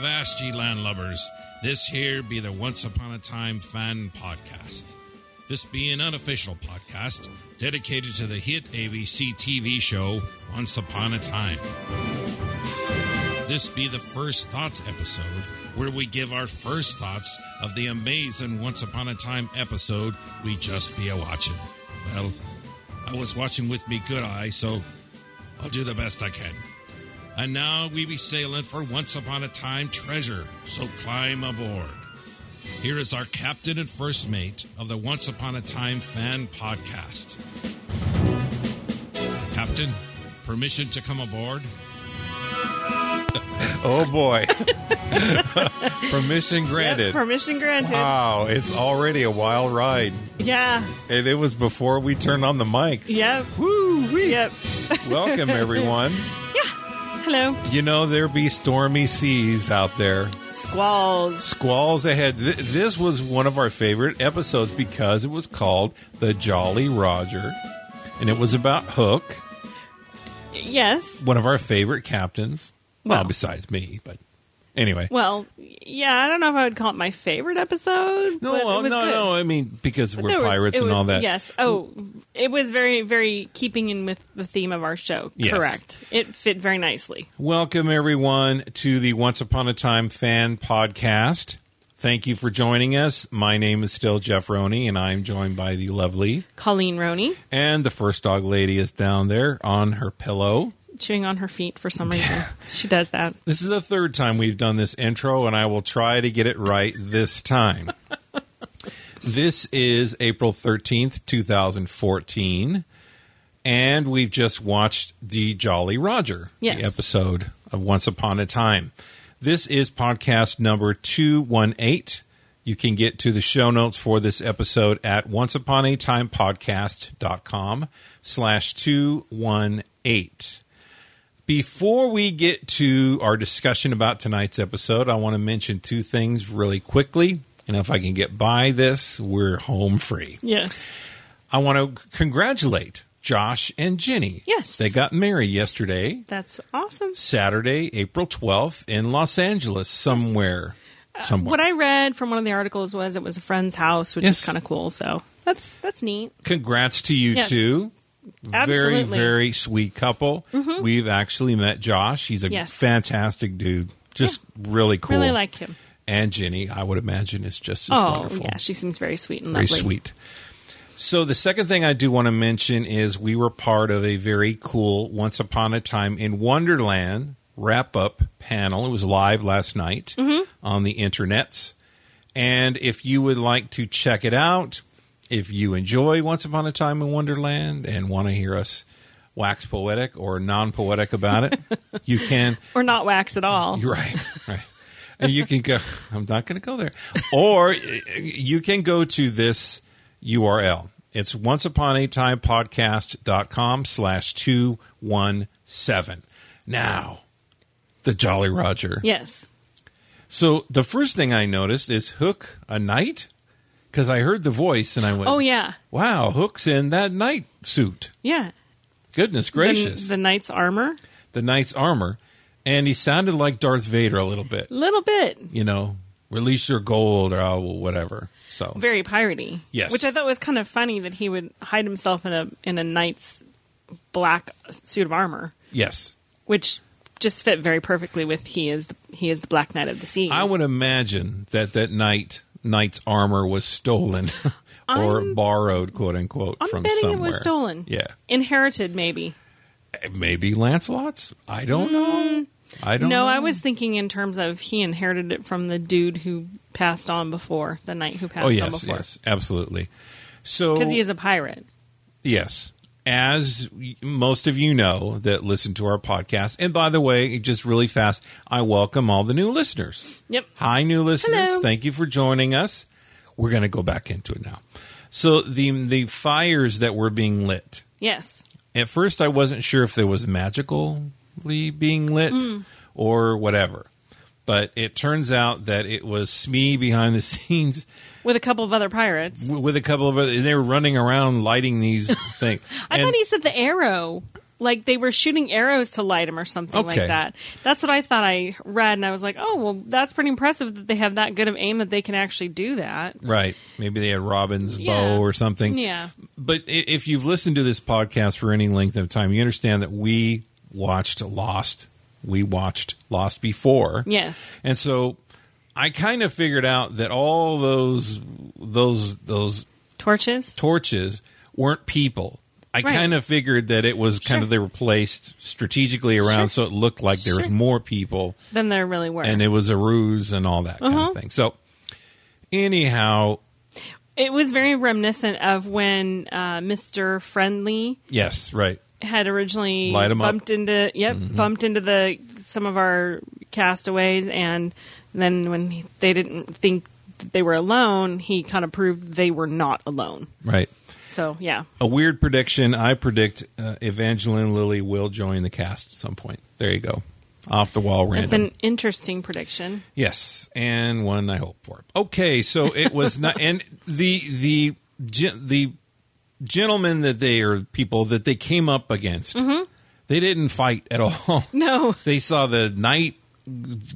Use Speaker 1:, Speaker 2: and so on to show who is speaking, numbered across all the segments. Speaker 1: blast ye landlubbers. This here be the Once Upon a Time fan podcast. This be an unofficial podcast dedicated to the hit ABC TV show Once Upon a Time. This be the First Thoughts episode where we give our first thoughts of the amazing Once Upon a Time episode we just be a watching. Well, I was watching with me good eye, so I'll do the best I can. And now we be sailing for once upon a time treasure, so climb aboard. Here is our captain and first mate of the Once Upon a Time fan podcast. Captain, permission to come aboard?
Speaker 2: Oh boy. Permission
Speaker 3: Yep,
Speaker 2: granted.
Speaker 3: permission granted.
Speaker 2: Wow, it's already a wild ride.
Speaker 3: Yeah.
Speaker 2: And it was before we turned on the mics.
Speaker 3: Yep.
Speaker 2: Woo wee.
Speaker 3: Yep.
Speaker 2: Welcome everyone.
Speaker 3: Hello.
Speaker 2: You know there be stormy seas out there.
Speaker 3: Squalls.
Speaker 2: Squalls ahead. Th- this was one of our favorite episodes because it was called The Jolly Roger. And it was about Hook,
Speaker 3: Yes.
Speaker 2: one of our favorite captains. Well, besides me, but anyway.
Speaker 3: Well, yeah, I don't know if I would call it my favorite episode.
Speaker 2: No,
Speaker 3: but
Speaker 2: well,
Speaker 3: it was
Speaker 2: no,
Speaker 3: good.
Speaker 2: no. I mean, because we're
Speaker 3: There was-
Speaker 2: pirates
Speaker 3: it
Speaker 2: and
Speaker 3: was-
Speaker 2: all that.
Speaker 3: Yes. Oh, it was very, very keeping in with the theme of our show.
Speaker 2: Yes.
Speaker 3: Correct. It fit very nicely.
Speaker 2: Welcome, everyone, to the Once Upon a Time fan podcast. Thank you for joining us. My name is still Jeff Roney, and I'm joined by the lovely.
Speaker 3: Colleen Roney
Speaker 2: And the first dog lady is down there on her pillow.
Speaker 3: chewing on her feet for some reason. she does that.
Speaker 2: This is the third time we've done this intro, and I will try to get it right this time. this is April 13th, 2014, and we've just watched The Jolly Roger,
Speaker 3: Yes.
Speaker 2: the episode of Once Upon a Time. This is podcast number 218. You can get to the show notes for this episode at onceuponatimepodcast.com slash 218. Before we get to our discussion about tonight's episode, I want to mention two things really quickly. And if I can get by this, we're home free.
Speaker 3: Yes.
Speaker 2: I want to congratulate Josh and Jenny.
Speaker 3: Yes.
Speaker 2: They got married yesterday,
Speaker 3: That's awesome.
Speaker 2: Saturday, April 12th, in Los Angeles, somewhere. Somewhere.
Speaker 3: Uh, What I read from one of the articles was it was a friend's house, which
Speaker 2: Yes.
Speaker 3: is kind of cool. So that's that's neat.
Speaker 2: Congrats to you
Speaker 3: Yes.
Speaker 2: two. Very,
Speaker 3: Absolutely. Mm-hmm.
Speaker 2: very sweet couple. We've actually met Josh. He's a
Speaker 3: Yes.
Speaker 2: fantastic dude. Just really cool.
Speaker 3: Really like him.
Speaker 2: and Jenny, I would imagine, is just as
Speaker 3: oh
Speaker 2: wonderful.
Speaker 3: yeah, she seems very sweet and
Speaker 2: very
Speaker 3: lovely.
Speaker 2: sweet. So the second thing I do want to mention is we were part of a very cool Once Upon a Time in Wonderland wrap up panel. It was live last night
Speaker 3: Mm-hmm.
Speaker 2: on the internets. And if you would like to check it out, if you enjoy Once Upon a Time in Wonderland and want to hear us wax poetic or non poetic about it, you can
Speaker 3: Or not wax at all.
Speaker 2: you're right. Right. And you can go, I'm not going to go there. Or uh, you can go to this URL. It's onceuponatimepodcast.com slash 217. Now, the Jolly Roger.
Speaker 3: Yes.
Speaker 2: So the first thing I noticed is Hook a knight? Because I heard the voice and I went,
Speaker 3: Oh yeah.
Speaker 2: Wow, Hook's in that knight suit.
Speaker 3: Yeah.
Speaker 2: Goodness
Speaker 3: The-
Speaker 2: gracious.
Speaker 3: The,
Speaker 2: The,
Speaker 3: knight's armor.
Speaker 2: knight's armor. And he sounded like Darth Vader a little bit.
Speaker 3: Little bit.
Speaker 2: you know, release your gold or I'll whatever. So
Speaker 3: Very piratey.
Speaker 2: Yes.
Speaker 3: Which I thought was kind of funny that he would hide himself in a in a knight's black suit of armor,
Speaker 2: yes,
Speaker 3: which just fit very perfectly with he is the, he is the black knight of the sea.
Speaker 2: I would imagine that that knight knight's armor was stolen or
Speaker 3: I'm-
Speaker 2: borrowed, quote unquote,
Speaker 3: I'm
Speaker 2: from
Speaker 3: betting
Speaker 2: somewhere.
Speaker 3: it was stolen.
Speaker 2: Yeah, Eh,
Speaker 3: Inherited maybe.
Speaker 2: maybe Lancelot's. I don't know. I don't.
Speaker 3: Hmm. No,
Speaker 2: know.
Speaker 3: I was thinking in terms of he inherited it from the dude who passed on before, the knight who passed
Speaker 2: Oh
Speaker 3: on
Speaker 2: yes,
Speaker 3: before.
Speaker 2: yes, absolutely. So
Speaker 3: Because he is a pirate.
Speaker 2: Yes. As y- most of you know that listen to our podcast, and by the way, just really fast, I welcome all the new listeners.
Speaker 3: Yep.
Speaker 2: Hi, new listeners.
Speaker 3: Hello.
Speaker 2: Thank you for joining us. We're going to go back into it now. So the the fires that were being lit.
Speaker 3: Yes.
Speaker 2: At first, I wasn't sure if there was magically being lit
Speaker 3: Hmm.
Speaker 2: or whatever, but it turns out that it was Smee behind the scenes
Speaker 3: With a couple of other pirates.
Speaker 2: w- with a couple of other. They were running around lighting these things.
Speaker 3: I
Speaker 2: And-
Speaker 3: thought he said the arrow Like they were shooting arrows to light him or something
Speaker 2: Okay.
Speaker 3: like that. That's what I thought I read, and I was like, oh well, that's pretty impressive that they have that good of aim that they can actually do that.
Speaker 2: Right. Maybe they had Robin's
Speaker 3: Yeah.
Speaker 2: bow or something.
Speaker 3: Yeah.
Speaker 2: But i- if you've listened to this podcast for any length of time, you understand that we watched Lost. We watched Lost before.
Speaker 3: Yes.
Speaker 2: And so I kind of figured out that all those those those
Speaker 3: Torches.
Speaker 2: torches weren't people. I
Speaker 3: Right.
Speaker 2: kind of figured that it was kind
Speaker 3: Sure.
Speaker 2: of they were placed strategically around so
Speaker 3: Sure.
Speaker 2: it looked like there was
Speaker 3: Sure.
Speaker 2: more people
Speaker 3: Then there really were.
Speaker 2: and it was a ruse and all that kind
Speaker 3: Uh-huh.
Speaker 2: of thing. So anyhow,
Speaker 3: It was very reminiscent of when uh, Mr. Friendly
Speaker 2: yes, right.
Speaker 3: had originally
Speaker 2: Light 'em up. Mm-hmm.
Speaker 3: bumped into yep bumped into the some of our castaways, and then when he, they didn't think that they were alone, he kind of proved they were not alone.
Speaker 2: Right.
Speaker 3: So yeah,
Speaker 2: A weird prediction. I predict uh, Evangeline Lilly will join the cast at some point. There you go. Off the wall random.
Speaker 3: that's an interesting prediction.
Speaker 2: Yes, and one I hope for. Okay, so it was not, and the the gen- the gentlemen that they or people that they came up against,
Speaker 3: Mm-hmm.
Speaker 2: they didn't fight at all.
Speaker 3: No,
Speaker 2: They saw the knight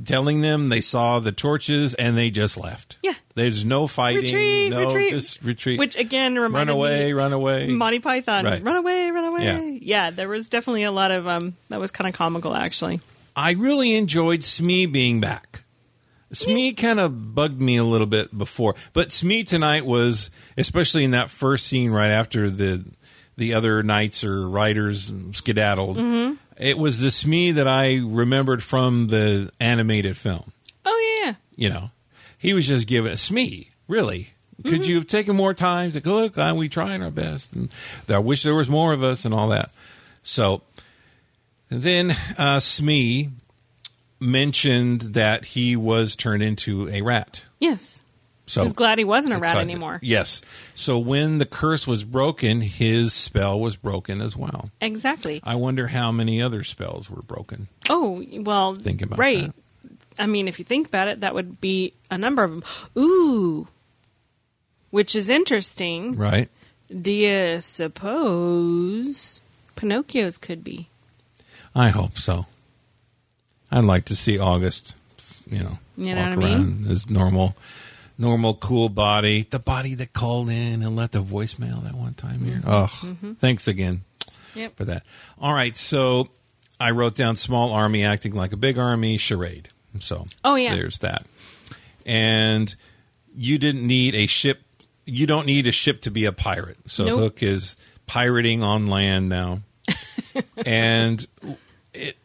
Speaker 2: telling them, they saw the torches, and they just left.
Speaker 3: Yeah.
Speaker 2: there's no fighting.
Speaker 3: retreat,
Speaker 2: no,
Speaker 3: retreat,
Speaker 2: just retreat.
Speaker 3: Which again
Speaker 2: run
Speaker 3: reminded
Speaker 2: away,
Speaker 3: me
Speaker 2: run away.
Speaker 3: Monty Python,
Speaker 2: Right.
Speaker 3: run away, run away.
Speaker 2: Yeah.
Speaker 3: yeah, there was definitely a lot of um that was kind of comical actually.
Speaker 2: I really enjoyed Smee being back. Smee kind of bugged me a little bit before, but Smee tonight was especially in that first scene right after the the other knights or riders skedaddled. It was the Smee that I remembered from the animated film.
Speaker 3: Oh yeah, yeah.
Speaker 2: You know, he was just giving Smee really.
Speaker 3: Mm-hmm.
Speaker 2: Could you have taken more time? Like, look, I, we trying our best, and I wish there was more of us, and all that. So then uh, Smee mentioned that he was turned into a rat.
Speaker 3: yes.
Speaker 2: So
Speaker 3: I was glad he wasn't a
Speaker 2: It
Speaker 3: rat
Speaker 2: ties it.
Speaker 3: anymore.
Speaker 2: Yes. So when the curse was broken, his spell was broken as well.
Speaker 3: Exactly.
Speaker 2: I wonder how many other spells were broken.
Speaker 3: Oh well,
Speaker 2: Think about
Speaker 3: right.
Speaker 2: that.
Speaker 3: I mean, if you think about it, that would be a number of them. Ooh, which is interesting.
Speaker 2: Right.
Speaker 3: Do you suppose Pinocchio's could be?
Speaker 2: I hope so. I'd like to see August, you know,
Speaker 3: You know
Speaker 2: walk
Speaker 3: what I
Speaker 2: around his normal, normal cool body, the body that called in and left a voicemail that one time here.
Speaker 3: Mm-hmm.
Speaker 2: Oh, thanks again.
Speaker 3: Yep.
Speaker 2: for that. All right, so I wrote down small army acting like a big army charade. So
Speaker 3: Oh, yeah.
Speaker 2: there's that. And you didn't need a ship. You don't need a ship to be a pirate. So
Speaker 3: Nope.
Speaker 2: Hook is pirating on land now. and it,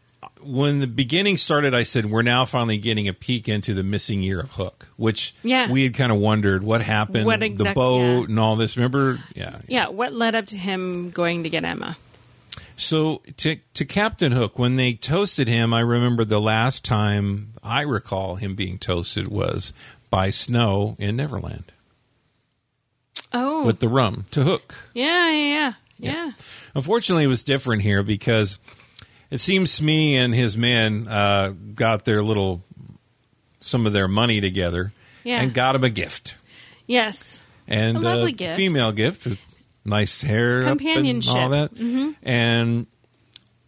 Speaker 2: when the beginning started, I said we're now finally getting a peek into the missing year of Hook, which
Speaker 3: Yeah.
Speaker 2: we had kind of wondered what happened,
Speaker 3: What
Speaker 2: the
Speaker 3: exact-
Speaker 2: boat
Speaker 3: yeah.
Speaker 2: and all this. Remember? Yeah,
Speaker 3: Yeah. What led up to him going to get Emma?
Speaker 2: so to to Captain Hook, when they toasted him, I remember the last time I recall him being toasted was by Snow in Neverland
Speaker 3: Oh,
Speaker 2: with the rum to Hook.
Speaker 3: yeah, yeah, yeah, yeah.
Speaker 2: Unfortunately, it was different here because it seems Smee and his men uh, got their little some of their money together
Speaker 3: Yeah.
Speaker 2: and got him a gift
Speaker 3: Yes.
Speaker 2: and
Speaker 3: A lovely gift.
Speaker 2: female gift with nice hair, up and
Speaker 3: Companionship. Mm-hmm.
Speaker 2: all that. And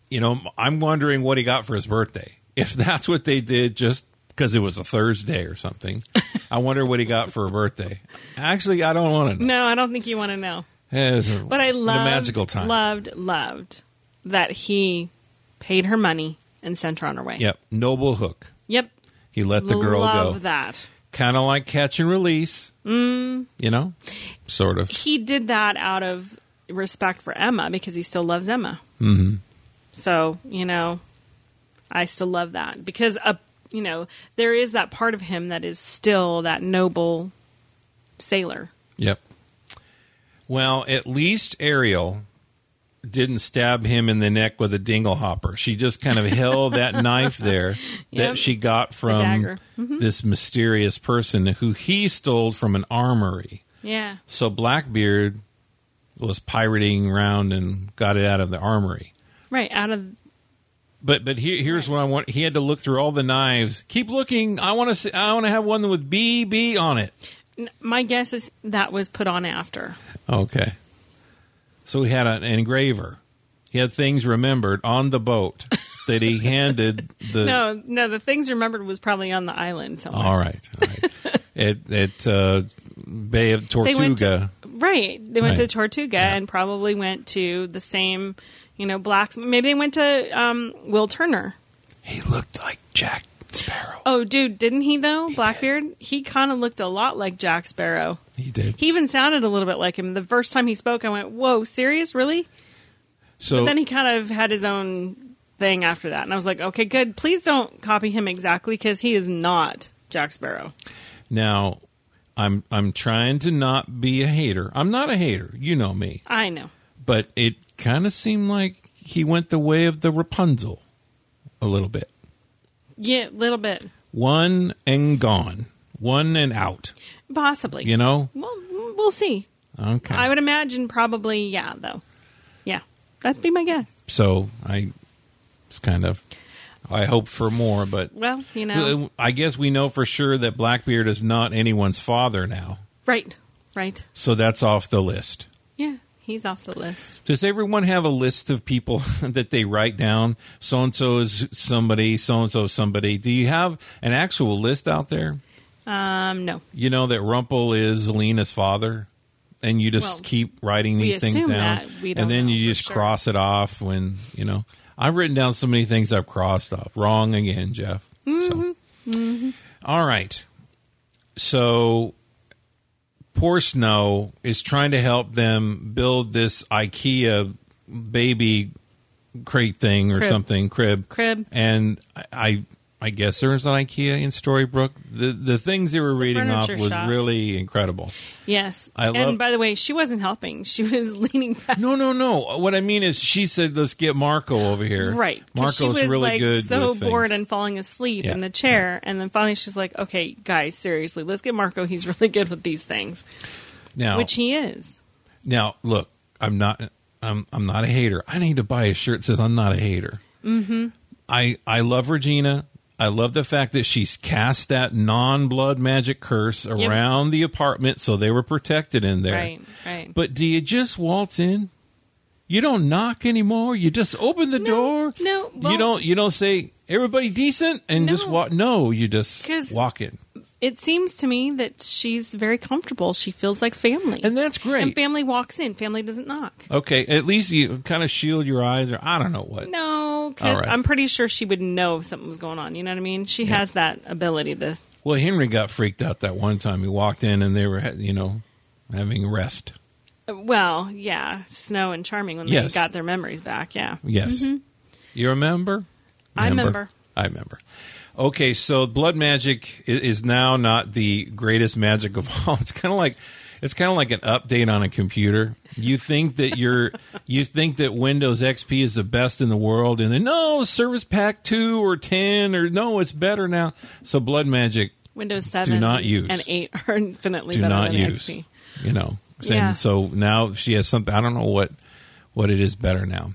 Speaker 2: you know, I'm wondering what he got for his birthday. If that's what they did, just because it was a Thursday or something, I wonder what he got for a birthday. Actually, I don't want to know.
Speaker 3: No, I don't think you want to know.
Speaker 2: Eh, it's a-
Speaker 3: But I
Speaker 2: the
Speaker 3: loved,
Speaker 2: magical time.
Speaker 3: loved, loved that he paid her money and sent her on her way.
Speaker 2: Yep, noble hook.
Speaker 3: Yep.
Speaker 2: He let the girl
Speaker 3: Love
Speaker 2: go.
Speaker 3: that.
Speaker 2: Kind of like catch and release. Mm. You know, sort of.
Speaker 3: He did that out of respect for Emma because he still loves Emma. Mm-hmm. So, you know, I still love that because, uh, you know, there is that part of him that is still that noble sailor.
Speaker 2: Yep. Well, at least Ariel didn't stab him in the neck with a dingle hopper. She just kind of held that knife there that
Speaker 3: Yep.
Speaker 2: she got from
Speaker 3: dagger. Mm-hmm.
Speaker 2: this mysterious person who he stole from an armory.
Speaker 3: Yeah.
Speaker 2: So Blackbeard was pirating around and got it out of the armory.
Speaker 3: Right. Out of.
Speaker 2: But but here, here's what I want. He had to look through all the knives. Keep looking. I want to. See, I want to have one with BB on it.
Speaker 3: n- My guess is that was put on after.
Speaker 2: Okay. So he had an engraver. He He had things remembered on the boat that he handed the.
Speaker 3: No, no, the things remembered was probably on the island somewhere.
Speaker 2: All right. All right. at at uh, Bay of Tortuga.
Speaker 3: They went to, right. They went
Speaker 2: Right.
Speaker 3: to Tortuga and probably went to the same, you know, blacks. Maybe they went to um, Will Turner.
Speaker 2: he looked like Jack Sparrow.
Speaker 3: Oh, dude, didn't he though? Blackbeard. He kind of looked a lot like Jack Sparrow.
Speaker 2: He did.
Speaker 3: He even sounded a little bit like him. The first time he spoke, I went, "Whoa, serious, really?"
Speaker 2: so
Speaker 3: But then he kind of had his own thing after that, and I was like, "Okay, good. Please don't copy him exactly because he is not Jack Sparrow."
Speaker 2: now, I'm I'm trying to not be a hater. I'm not a hater. You know me.
Speaker 3: I know.
Speaker 2: but it kind of seemed like he went the way of the Rapunzel a little bit.
Speaker 3: Yeah, little bit,
Speaker 2: One and gone, one and out.
Speaker 3: possibly.
Speaker 2: You know,
Speaker 3: Well, we'll see.
Speaker 2: okay.
Speaker 3: I would imagine probably yeah, though. Yeah, that'd be my guess.
Speaker 2: so I, it's kind of. I hope for more, but Uh,
Speaker 3: Well, you know,
Speaker 2: I guess we know for sure that Blackbeard is not anyone's father now,
Speaker 3: right, right.
Speaker 2: so that's off the list.
Speaker 3: Yeah, he's off the list.
Speaker 2: Does everyone have a list of people that they write down? So and so is somebody, so and so somebody. Do you have an actual list out there?
Speaker 3: Um, no,
Speaker 2: you know that Rumpel is Lena's father, and you just
Speaker 3: Well,
Speaker 2: keep writing
Speaker 3: we
Speaker 2: these things down,
Speaker 3: assume that. We don't
Speaker 2: and then
Speaker 3: know
Speaker 2: you
Speaker 3: for
Speaker 2: just
Speaker 3: sure.
Speaker 2: cross it off when you know. I've written down so many things I've crossed off. Wrong again, Jeff. So.
Speaker 3: Mm-hmm.
Speaker 2: All right. So poor Snow is trying to help them build this IKEA baby crate thing or
Speaker 3: Crib.
Speaker 2: something crib
Speaker 3: Crib.
Speaker 2: and I- I I guess there was an IKEA in Storybrooke. The the things they were reading off
Speaker 3: furniture
Speaker 2: was
Speaker 3: shop.
Speaker 2: really incredible.
Speaker 3: yes.
Speaker 2: I
Speaker 3: and
Speaker 2: love-
Speaker 3: by the way, she wasn't helping. She was leaning back.
Speaker 2: No, no, no. What I mean is, she said, "Let's get Marco over here."
Speaker 3: Right, 'Cause
Speaker 2: Marco's
Speaker 3: she was
Speaker 2: really
Speaker 3: like
Speaker 2: good.
Speaker 3: so
Speaker 2: with
Speaker 3: bored
Speaker 2: things.
Speaker 3: and falling asleep
Speaker 2: Yeah,
Speaker 3: in the chair, and then finally she's like, "Okay, guys, seriously, let's get Marco. He's really good with these things,
Speaker 2: now,
Speaker 3: which he is."
Speaker 2: now look, I'm not. I'm I'm not a hater. I need to buy a shirt that says I'm not a hater. Mm-hmm. I I love Regina. I love the fact that she's cast that non-blood magic curse around the apartment, so they were protected in there.
Speaker 3: Right, right.
Speaker 2: But do you just waltz in? You don't knock anymore. You just open the door.
Speaker 3: no, well-
Speaker 2: you don't. You don't say everybody decent and just
Speaker 3: No.
Speaker 2: walk. No, you just
Speaker 3: 'Cause-
Speaker 2: walk in,
Speaker 3: it seems to me that she's very comfortable. She feels like family,
Speaker 2: and that's
Speaker 3: and
Speaker 2: great.
Speaker 3: family walks in. Family doesn't knock.
Speaker 2: okay, at least you kind of shield your eyes, or I don't know what.
Speaker 3: No,
Speaker 2: All
Speaker 3: because
Speaker 2: right.
Speaker 3: I'm pretty sure she would know if something was going on. You know what I mean? She has that ability to.
Speaker 2: Well, Henry got freaked out that one time. He walked in and they were, ha- you know, having rest.
Speaker 3: Well, yeah, Snow and Charming when
Speaker 2: Yes.
Speaker 3: they got their memories back. Yeah,
Speaker 2: Yes, you remember?
Speaker 3: I remember.
Speaker 2: I remember. Okay, so blood magic i- is now not the greatest magic of all. It's kind of like it's kind of like an update on a computer. You think that you're you think that Windows XP is the best in the world, and then no, Service Pack two or ten or no, it's better now. So blood magic
Speaker 3: Windows Seven,
Speaker 2: not use.
Speaker 3: and Eight are infinitely
Speaker 2: do
Speaker 3: better
Speaker 2: not
Speaker 3: than
Speaker 2: use.
Speaker 3: XP.
Speaker 2: You know,
Speaker 3: Yeah.
Speaker 2: and so now she has something. I don't know what what it is better now,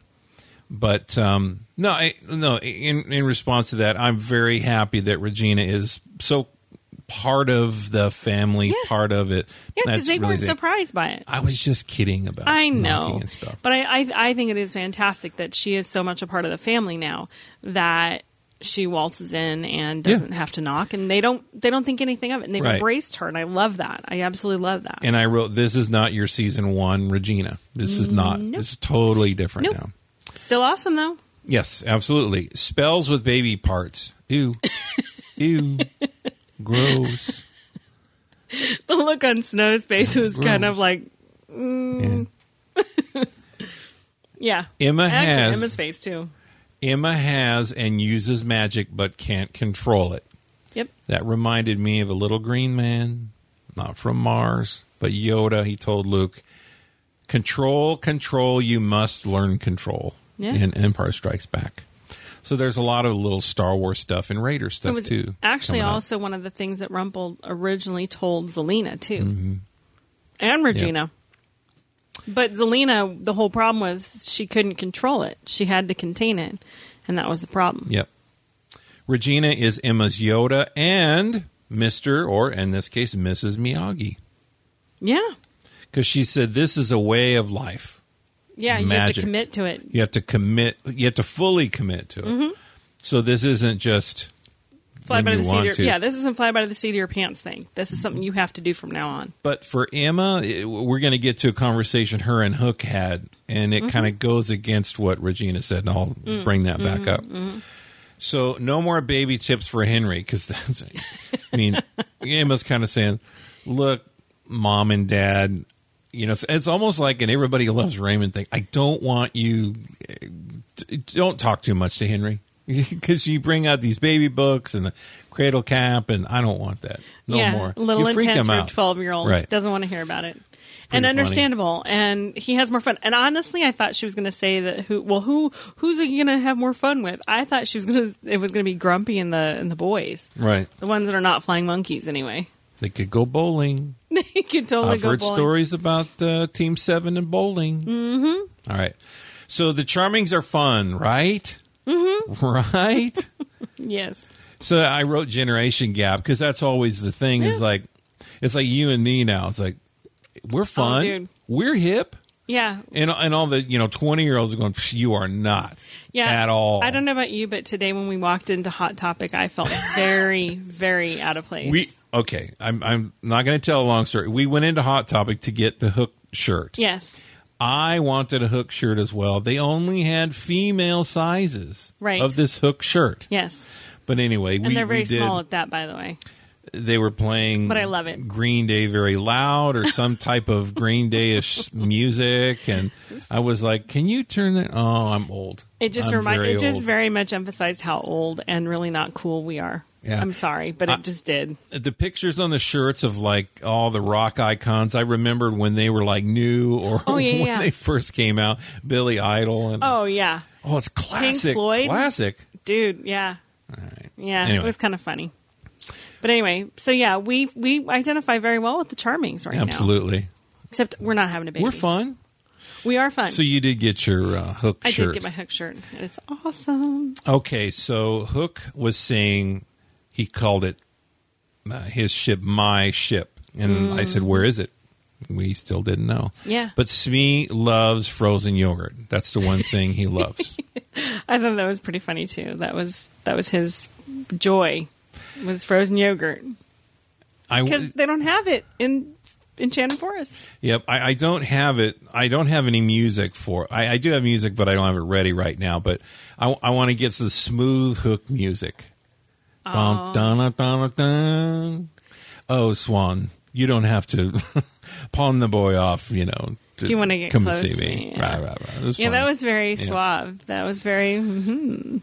Speaker 2: but um, no, I, no. In in response to that, I'm very happy that Regina is so part of the family,
Speaker 3: Yeah.
Speaker 2: part of it.
Speaker 3: Yeah, because
Speaker 2: That's
Speaker 3: they
Speaker 2: really
Speaker 3: weren't
Speaker 2: the-
Speaker 3: surprised by it.
Speaker 2: I was just kidding about.
Speaker 3: I
Speaker 2: knocking
Speaker 3: know,
Speaker 2: and stuff.
Speaker 3: but I, I I think it is fantastic that she is so much a part of the family now that she waltzes in and
Speaker 2: Yeah.
Speaker 3: doesn't have to knock, and they don't they don't think anything of it, and they've
Speaker 2: Right.
Speaker 3: embraced her, and I love that. I absolutely love that.
Speaker 2: and I wrote, "This is not your season one, Regina. This is not. This is totally different
Speaker 3: Mm, Nope.
Speaker 2: now."
Speaker 3: Still awesome though.
Speaker 2: Yes, absolutely. Spells with baby parts. Ew. Ew. Gross.
Speaker 3: The look on Snow's face was kind
Speaker 2: Gross.
Speaker 3: of like,
Speaker 2: Yeah.
Speaker 3: yeah.
Speaker 2: Emma
Speaker 3: Actually,
Speaker 2: has-
Speaker 3: Emma's face too.
Speaker 2: Emma has and uses magic but can't control it.
Speaker 3: Yep.
Speaker 2: That reminded me of a little green man, not from Mars, but Yoda. He told Luke, Control, control, you must learn control
Speaker 3: Yeah.
Speaker 2: in Empire Strikes Back. So there's a lot of little Star Wars stuff and Raider
Speaker 3: It
Speaker 2: stuff
Speaker 3: was
Speaker 2: too.
Speaker 3: actually
Speaker 2: coming up.
Speaker 3: also one of the things that Rumple originally told Zelina too,
Speaker 2: Mm-hmm.
Speaker 3: and Regina. But Zelina, the whole problem was she couldn't control it; she had to contain it, and that was the problem.
Speaker 2: Yep. Regina is Emma's Yoda and Mr. or in this case Mrs. Miyagi
Speaker 3: Yeah,
Speaker 2: because she said this is a way of life.
Speaker 3: Yeah, you have to
Speaker 2: magic.
Speaker 3: commit to it.
Speaker 2: You have to commit. You have to fully commit to it. So this isn't just
Speaker 3: Fly
Speaker 2: when
Speaker 3: by
Speaker 2: you
Speaker 3: the seat of
Speaker 2: want
Speaker 3: your,
Speaker 2: to.
Speaker 3: yeah, this isn't fly by the seat of your pants thing. This is something you have to do from now on.
Speaker 2: But for Emma, it- we're going to get to a conversation her and Hook had, and it
Speaker 3: Mm-hmm.
Speaker 2: kind of goes against what Regina said, and I'll
Speaker 3: Mm.
Speaker 2: bring that back up.
Speaker 3: Mm-hmm.
Speaker 2: So, no more baby tips for Henry, because that's, I mean, Emma's kind of saying, look, mom and dad, you know, it's, it's almost like an everybody loves Raymond thing. I don't want you, eh, t- don't talk too much to Henry. Because you bring out these baby books and the cradle cap, and I don't want that. No
Speaker 3: yeah,
Speaker 2: more.
Speaker 3: A little
Speaker 2: You freak
Speaker 3: intense
Speaker 2: him
Speaker 3: for a
Speaker 2: out.
Speaker 3: 12 year old.
Speaker 2: Right.
Speaker 3: Doesn't want to hear about it.
Speaker 2: funny.
Speaker 3: and understandable. And he has more fun. And honestly, I thought she was going to say that who, well, who, who's he going to have more fun with? I thought she was going to, it was going to be Grumpy and the, and the boys.
Speaker 2: Right.
Speaker 3: The ones that are not flying monkeys anyway.
Speaker 2: They could go bowling.
Speaker 3: they can totally
Speaker 2: I've
Speaker 3: go
Speaker 2: heard
Speaker 3: bowling.
Speaker 2: stories about uh, Team Seven and bowling. Mm-hmm. right. So the Charmings are fun, right? Mm-hmm. Right.
Speaker 3: Yes.
Speaker 2: so I wrote Generation Gap because that's always the thing. Is like, it's like you and me now. It's like we're fun,
Speaker 3: Oh, dude.
Speaker 2: we're hip,
Speaker 3: Yeah.
Speaker 2: and and all the you know twenty year olds are going. "Psh, You are not.
Speaker 3: Yeah.
Speaker 2: At all.
Speaker 3: I don't know about you, but today when we walked into Hot Topic, I felt very, very out of place.
Speaker 2: We okay. I'm I'm not going to tell a long story. We went into Hot Topic to get the hook shirt.
Speaker 3: yes.
Speaker 2: I wanted a hook shirt as well. They only had female sizes
Speaker 3: Right.
Speaker 2: of this hook shirt.
Speaker 3: Yes.
Speaker 2: But anyway,
Speaker 3: And
Speaker 2: we,
Speaker 3: they're
Speaker 2: we
Speaker 3: very
Speaker 2: did.
Speaker 3: small at that, by the way.
Speaker 2: They were playing
Speaker 3: But I love it.
Speaker 2: Green Day very loud or some type of Green Day-ish music and I was like, "Can you turn that Oh, I'm old."
Speaker 3: It just
Speaker 2: I'm
Speaker 3: reminded.
Speaker 2: very
Speaker 3: It just
Speaker 2: old.
Speaker 3: very much emphasized how old and really not cool we are.
Speaker 2: Yeah.
Speaker 3: I'm sorry, but
Speaker 2: I-
Speaker 3: it just did.
Speaker 2: the pictures on the shirts of like all the rock icons. I remembered when they were like new or
Speaker 3: Oh, yeah,
Speaker 2: when
Speaker 3: yeah.
Speaker 2: they first came out, Billy Idol and
Speaker 3: Oh yeah,
Speaker 2: oh, it's classic.
Speaker 3: Floyd?
Speaker 2: Classic.
Speaker 3: dude. Yeah. Yeah.
Speaker 2: Anyway.
Speaker 3: It was kind of funny. But anyway, so yeah, we we identify very well with the Charmings right now.
Speaker 2: Absolutely.
Speaker 3: Except we're not having a baby.
Speaker 2: We're fun.
Speaker 3: We are fun.
Speaker 2: So you did get your uh, Hook
Speaker 3: I
Speaker 2: shirt.
Speaker 3: did get my hook shirt. And it's awesome.
Speaker 2: okay, so Hook was saying he called it uh, his ship, my ship, and I said, "Where is it?" We still didn't know.
Speaker 3: Mm. Yeah.
Speaker 2: But Smee loves frozen yogurt. That's the one thing he loves.
Speaker 3: I thought that was pretty funny too. That was that was his joy was frozen yogurt
Speaker 2: I
Speaker 3: because they don't have it in Enchanted Forest.
Speaker 2: Yep, I, I don't have it. I don't have any music for. I, I do have music, but I don't have it ready right now. But I, want to get some smooth hook music.
Speaker 3: Oh.
Speaker 2: Bum, dun, dun, dun, dun. Oh, Swan, you don't have to pawn the boy off. You know, to
Speaker 3: Do you wanna get
Speaker 2: come
Speaker 3: close
Speaker 2: see
Speaker 3: to
Speaker 2: me?
Speaker 3: me? Yeah.
Speaker 2: Right, right, right. It was
Speaker 3: Yeah,
Speaker 2: funny.
Speaker 3: that was very
Speaker 2: Yeah.
Speaker 3: suave. That was very. mhm.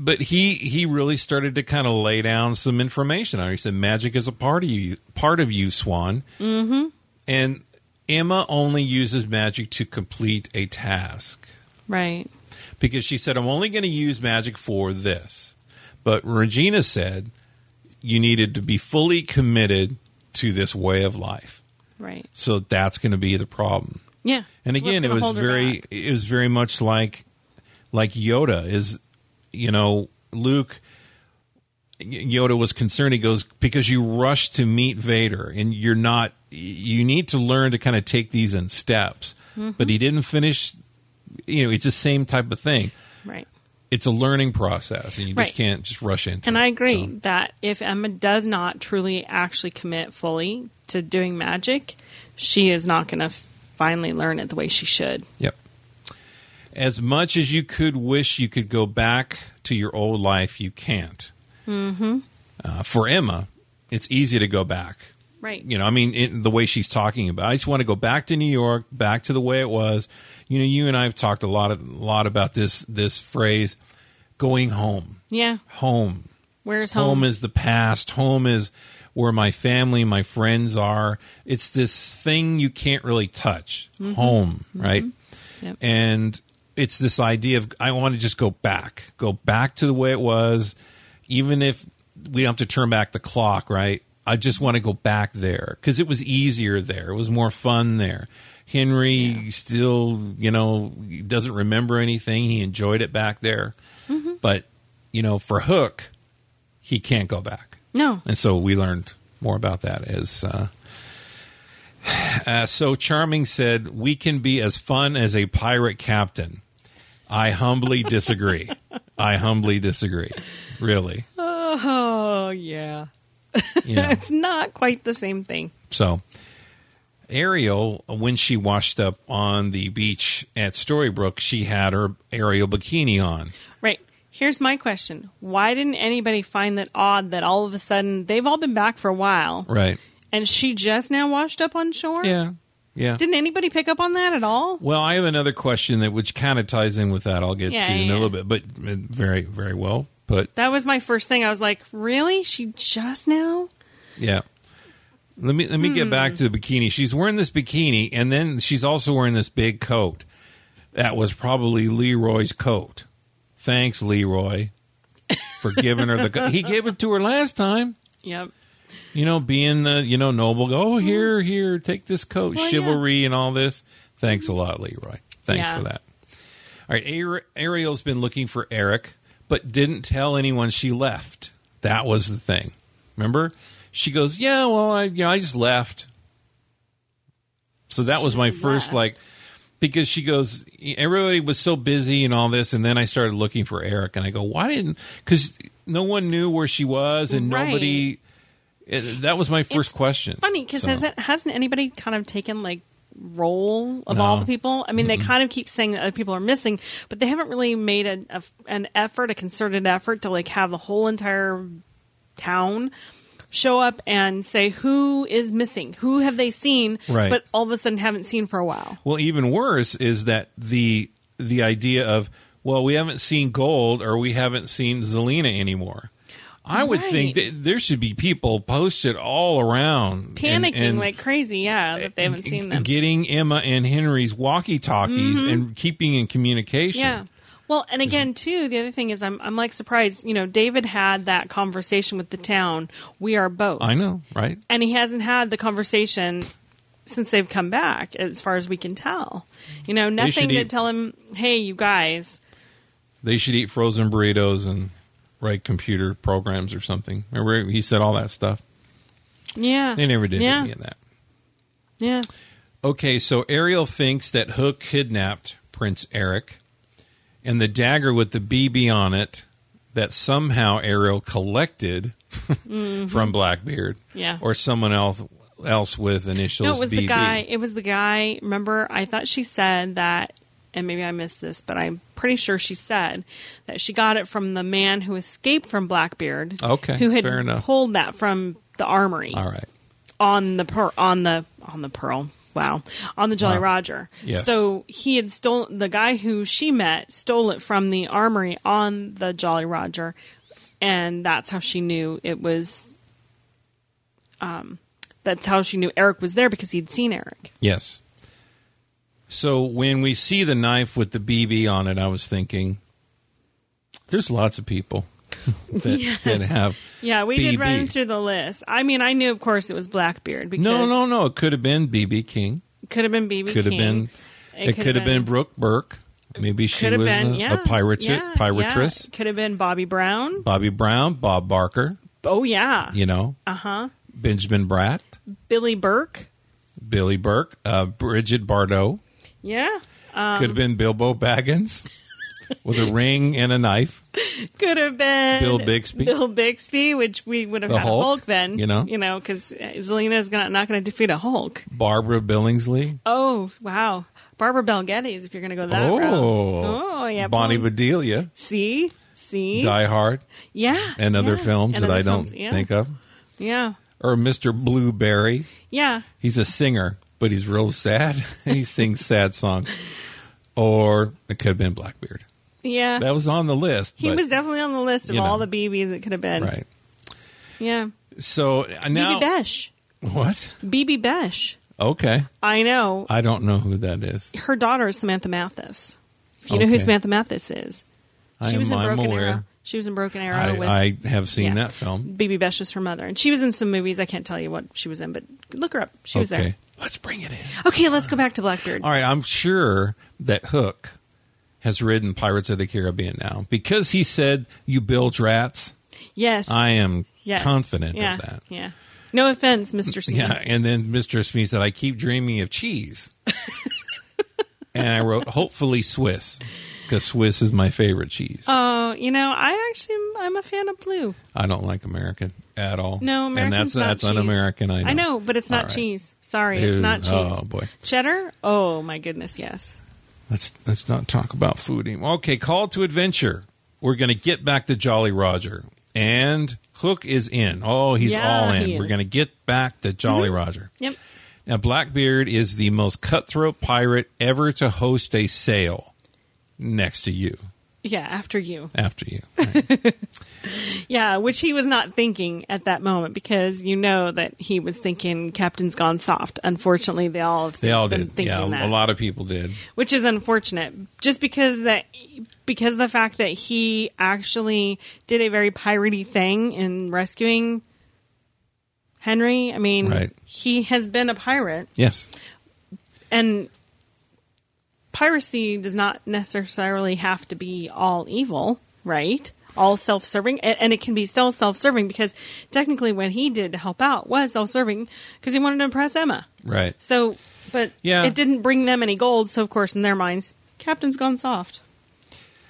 Speaker 2: But he he really started to kind of lay down some information. on it. He said, "Magic is a part of you, part of you, Swan." Mm-hmm. And Emma only uses magic to complete a task.
Speaker 3: Right.
Speaker 2: because she said, I'm only going to use magic for this. But Regina said, you needed to be fully committed to this way of life.
Speaker 3: Right.
Speaker 2: So that's going to be the problem.
Speaker 3: Yeah.
Speaker 2: And
Speaker 3: It's what's
Speaker 2: again, it
Speaker 3: gonna
Speaker 2: was
Speaker 3: hold her
Speaker 2: very,
Speaker 3: back.
Speaker 2: it was very much like, like Yoda is, you know, Luke. Y- Yoda was concerned. He goes because you rush to meet Vader, and you're not. You need to learn to kind of take these in steps.
Speaker 3: Mm-hmm.
Speaker 2: But he didn't finish. You know, it's the same type of thing
Speaker 3: right.
Speaker 2: it's a learning process, and you just
Speaker 3: Right.
Speaker 2: can't just rush into.
Speaker 3: And
Speaker 2: it.
Speaker 3: I agree
Speaker 2: So-
Speaker 3: that if Emma does not truly actually commit fully to doing magic, she is not going to finally learn it the way she should.
Speaker 2: yep. As much as you could wish you could go back to your old life, you can't. Mm-hmm. Uh, for Emma, it's easy to go back.
Speaker 3: Right.
Speaker 2: You know, I mean, in the way she's talking about, I just want to go back to New York, back to the way it was. You know, you and I have talked a lot, of, a lot about this this phrase, going home,
Speaker 3: Yeah.
Speaker 2: home.
Speaker 3: Where's
Speaker 2: home.
Speaker 3: home?
Speaker 2: is the past home is where my family my friends are it's this thing you can't really touch home right
Speaker 3: Mm-hmm. Yep.
Speaker 2: and it's this idea of i want to just go back go back to the way it was even if we don't have to turn back the clock right i just want to go back there because it was easier there it was more fun there henry still you know doesn't remember anything he enjoyed it back there
Speaker 3: Mm-hmm.
Speaker 2: but you know for hook he can't go back.
Speaker 3: no.
Speaker 2: And so we learned more about that as uh, Uh, so Charming said, We can be as fun as a pirate captain. I humbly disagree. I humbly disagree. Really.
Speaker 3: Oh, yeah.
Speaker 2: You know,
Speaker 3: It's not quite the same thing.
Speaker 2: so Ariel, when she washed up on the beach at Storybrooke, she had her Ariel bikini on.
Speaker 3: Right. Here's my question Why didn't anybody find that odd that all of a sudden they've all been back for a while
Speaker 2: Right.
Speaker 3: and she just now washed up on shore?
Speaker 2: Yeah. Yeah.
Speaker 3: Didn't anybody pick up on that at all?
Speaker 2: Well, I have another question that which kind of ties in with that. I'll get
Speaker 3: Yeah,
Speaker 2: to in
Speaker 3: yeah.
Speaker 2: a little bit, but uh, very, very well. But
Speaker 3: That was my first thing. I was like, really? She just now?
Speaker 2: yeah, let me let me
Speaker 3: Hmm.
Speaker 2: get back to the bikini. She's wearing this bikini, and then she's also wearing this big coat. That was probably Leroy's coat. Thanks, Leroy, for giving her the. Co- he gave it to her last time.
Speaker 3: Yep.
Speaker 2: You know, being the you know noble. Go oh, here, here, take this coat,
Speaker 3: Mm-hmm. Well, yeah.
Speaker 2: chivalry, and all this. Thanks a lot, Leroy. Thanks
Speaker 3: Yeah.
Speaker 2: for that. All right, Ar- Ariel's been looking for Eric, but didn't tell anyone she left. That was the thing. Remember, she goes, "Yeah, well, I you know I just left." So that was my
Speaker 3: just
Speaker 2: first
Speaker 3: left.
Speaker 2: like because she goes, everybody was so busy and all this, and then I started looking for Eric, and I go, why didn't? Because no one knew where she was, and
Speaker 3: Right.
Speaker 2: nobody. It, that was my first
Speaker 3: It's
Speaker 2: question.
Speaker 3: Funny, because
Speaker 2: So-
Speaker 3: hasn't anybody kind of taken like role of
Speaker 2: No.
Speaker 3: all the people? I mean, they kind of keep saying that other people are missing, but they haven't really made a, a- an effort, a concerted effort to like have the whole entire town show up and say who is missing, who have they seen,
Speaker 2: Right.
Speaker 3: but all of a sudden haven't seen for a while.
Speaker 2: Well, even worse is that the the idea of well, we haven't seen Gold or we haven't seen Zelina anymore. I would think
Speaker 3: Right.
Speaker 2: that there should be people posted all around and-
Speaker 3: Panicking
Speaker 2: and-
Speaker 3: like crazy, yeah, that they haven't
Speaker 2: g-
Speaker 3: seen them. Mm-hmm.
Speaker 2: Getting Emma and Henry's walkie talkies and keeping in communication.
Speaker 3: Yeah. Well, and again, too, the other thing is, I'm I'm like surprised. You know, David had that conversation with the town. We are both,
Speaker 2: I know, right?
Speaker 3: and he hasn't had the conversation since they've come back, as far as we can tell. You know, nothing
Speaker 2: should
Speaker 3: to
Speaker 2: eat-
Speaker 3: tell him. Hey, you guys.
Speaker 2: They should eat frozen burritos and write computer programs or something. Remember, he said all that stuff.
Speaker 3: Yeah.
Speaker 2: They never did
Speaker 3: Yeah.
Speaker 2: any of that.
Speaker 3: Yeah.
Speaker 2: Okay, so Ariel thinks that Hook kidnapped Prince Eric, and the dagger with the BB on it that somehow Ariel collected from Blackbeard,
Speaker 3: Mm-hmm. Yeah.
Speaker 2: or someone else else with initials.
Speaker 3: No, it was the
Speaker 2: BB.
Speaker 3: guy. It was the guy. Remember, I thought she said that, and maybe I missed this, but I'm pretty sure she said that she got it from the man who escaped from Blackbeard.
Speaker 2: Okay,
Speaker 3: who had
Speaker 2: fair enough.
Speaker 3: pulled that from the armory
Speaker 2: All right,
Speaker 3: on the per- on the on the pearl. Wow, on the Jolly
Speaker 2: Wow.
Speaker 3: Roger.
Speaker 2: Yes.
Speaker 3: So he had stolen the guy who she met stole it from the armory on the Jolly Roger, and that's how she knew it was. Um, that's how she knew Eric was there because he'd seen Eric.
Speaker 2: yes. So when we see the knife with the BB on it, I was thinking, there's lots of people that, that have.
Speaker 3: Yeah, we did
Speaker 2: BB.
Speaker 3: run through the list. I mean, I knew, of course, it was Blackbeard because
Speaker 2: No, no, no. It could have been BB King.
Speaker 3: it could have been BB.
Speaker 2: could have
Speaker 3: King.
Speaker 2: been it, could have been Brooke Burke. Maybe she
Speaker 3: could have
Speaker 2: was
Speaker 3: been
Speaker 2: a,
Speaker 3: yeah,
Speaker 2: a pirate,
Speaker 3: yeah,
Speaker 2: piratress.
Speaker 3: yeah. Could have been Bobby Brown.
Speaker 2: Bobby Brown, Bob Barker,
Speaker 3: Oh yeah.
Speaker 2: you know,
Speaker 3: Uh huh.
Speaker 2: Benjamin Bratt,
Speaker 3: Billy Burke.
Speaker 2: Billy Burke, uh, Bridget Bardot.
Speaker 3: Yeah. Uh,
Speaker 2: could have been Bilbo Baggins with a ring and a knife.
Speaker 3: could have been
Speaker 2: Bill Bixby.
Speaker 3: Bill Bixby, which we would have
Speaker 2: The
Speaker 3: had
Speaker 2: Hulk,
Speaker 3: a Hulk then.
Speaker 2: you know?
Speaker 3: you know, because Zelina is gonna, not going to defeat a Hulk.
Speaker 2: Barbara Billingsley.
Speaker 3: Oh wow, Barbara Bel Geddes. If you're going to go that
Speaker 2: oh,
Speaker 3: route. Oh yeah.
Speaker 2: Bonnie
Speaker 3: Paul-
Speaker 2: Bedelia,
Speaker 3: See. See.
Speaker 2: Die Hard,
Speaker 3: yeah.
Speaker 2: and other
Speaker 3: yeah.
Speaker 2: films
Speaker 3: And
Speaker 2: that
Speaker 3: other
Speaker 2: I don't
Speaker 3: films, yeah.
Speaker 2: think of.
Speaker 3: Yeah.
Speaker 2: Or Mr. Blueberry.
Speaker 3: Yeah.
Speaker 2: He's a singer, but he's real sad. he sings sad songs. Or it could have been Blackbeard.
Speaker 3: Yeah.
Speaker 2: That was on the list.
Speaker 3: he
Speaker 2: but-
Speaker 3: was definitely on the list of
Speaker 2: you
Speaker 3: all
Speaker 2: know.
Speaker 3: the BBs it could have been.
Speaker 2: right.
Speaker 3: Yeah.
Speaker 2: So uh, now
Speaker 3: BB Besh.
Speaker 2: what?
Speaker 3: BB Besh.
Speaker 2: Okay,
Speaker 3: I know.
Speaker 2: I don't know who that is.
Speaker 3: Her daughter is Samantha Mathis. If you know who
Speaker 2: Okay.
Speaker 3: Samantha Mathis is,
Speaker 2: I
Speaker 3: She
Speaker 2: am,
Speaker 3: was in
Speaker 2: I'm
Speaker 3: Broken
Speaker 2: aware.
Speaker 3: Arrow. She was in Broken Arrow with
Speaker 2: I, I have seen
Speaker 3: yeah.
Speaker 2: that film.
Speaker 3: BB Besh was her mother, and she was in some movies. I can't tell you what she was in, but look her up. She was
Speaker 2: okay,
Speaker 3: there.
Speaker 2: let's bring it in.
Speaker 3: Okay, let's go back to Blackbeard.
Speaker 2: All right, I'm sure that Hook has ridden Pirates of the Caribbean now because he said you build rats.
Speaker 3: Yes,
Speaker 2: I am
Speaker 3: yes.
Speaker 2: confident
Speaker 3: yeah.
Speaker 2: of that.
Speaker 3: Yeah, No offense, Mr. Smee.
Speaker 2: Yeah, and then Mr. Smee said, "I keep dreaming of cheese," and I wrote, "Hopefully Swiss," because Swiss is my favorite cheese.
Speaker 3: Oh, you know, I actually am- I'm a fan of blue.
Speaker 2: I don't like American at all.
Speaker 3: No,
Speaker 2: and
Speaker 3: American's
Speaker 2: that's
Speaker 3: not
Speaker 2: that's
Speaker 3: cheese.
Speaker 2: un-American. I know.
Speaker 3: I know, but it's not
Speaker 2: All right.
Speaker 3: cheese. Sorry, it's
Speaker 2: Ew,
Speaker 3: not cheese.
Speaker 2: oh, boy.
Speaker 3: Cheddar? Oh my goodness, yes.
Speaker 2: Let's let's not talk about food anymore. Okay, call to adventure. We're going to get back to Jolly Roger, and Hook is in. Oh, he's
Speaker 3: Yeah,
Speaker 2: all in.
Speaker 3: he is. Mm-hmm.
Speaker 2: We're going to get back to Jolly Roger.
Speaker 3: Yep.
Speaker 2: Now, Blackbeard is the most cutthroat pirate ever to host a sale next to you,
Speaker 3: Yeah, after you.
Speaker 2: after you.
Speaker 3: Yeah, which he was not thinking at that moment because you know that he was thinking Captain's gone soft. Unfortunately, they all have
Speaker 2: They all
Speaker 3: been
Speaker 2: did.
Speaker 3: thinking
Speaker 2: Yeah,
Speaker 3: that.
Speaker 2: a lot of people did.
Speaker 3: which is unfortunate just because that because of the fact that he actually did a very piratey thing in rescuing henry i mean
Speaker 2: Right.
Speaker 3: he has been a pirate
Speaker 2: Yes.
Speaker 3: and piracy does not necessarily have to be all evil right all self-serving and, and it can be still self-serving because technically what he did to help out was self-serving because he wanted to impress emma
Speaker 2: Right.
Speaker 3: so, but
Speaker 2: Yeah.
Speaker 3: it didn't bring them any gold. So, of course, in their minds, Captain's gone soft.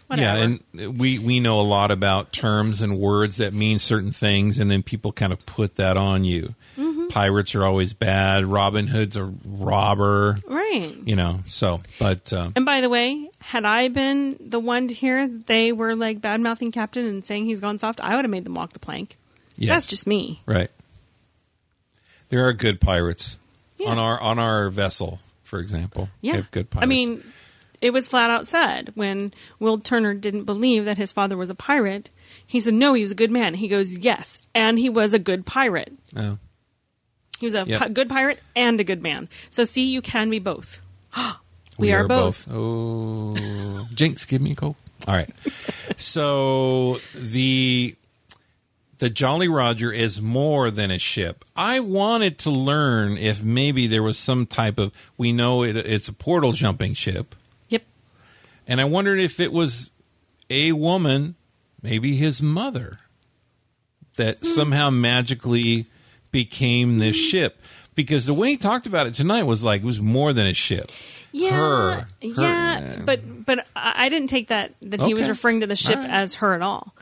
Speaker 3: Whatever.
Speaker 2: Yeah, and we we know a lot about terms and words that mean certain things, and then people kind of put that on you.
Speaker 3: Mm-hmm.
Speaker 2: Pirates are always bad. Robin Hood's a robber.
Speaker 3: right.
Speaker 2: You know, so but um,
Speaker 3: And by the way, had I been the one to hear they were like bad mouthing Captain and saying he's gone soft, I would have made them walk the plank.
Speaker 2: yes,
Speaker 3: That's just me.
Speaker 2: right. There are good pirates
Speaker 3: Yeah.
Speaker 2: on our on our vessel, for example. We
Speaker 3: Yeah.
Speaker 2: have good pirates.
Speaker 3: I mean, it was flat out said when Will Turner didn't believe that his father was a pirate. He said, no, he was a good man. He goes, yes. And he was a good pirate.
Speaker 2: Yeah.
Speaker 3: He was a
Speaker 2: Yep.
Speaker 3: pi- good pirate and a good man. So, see, you can be both. we, are, both.
Speaker 2: Oh, Jinx, give me a call. All right. so the the Jolly Roger is more than a ship. I wanted to learn if maybe there was some type of. We know it, it's a portal jumping ship,
Speaker 3: Yep.
Speaker 2: and I wondered if it was a woman, maybe his mother,
Speaker 3: Hmm.
Speaker 2: that somehow magically became this ship. Because the way he talked about it tonight was like it was more than a ship.
Speaker 3: Yeah,
Speaker 2: Her. Her,
Speaker 3: yeah,
Speaker 2: yeah.
Speaker 3: but but I I didn't take that that he was
Speaker 2: Okay.
Speaker 3: referring to the ship
Speaker 2: All right.
Speaker 3: as her at all.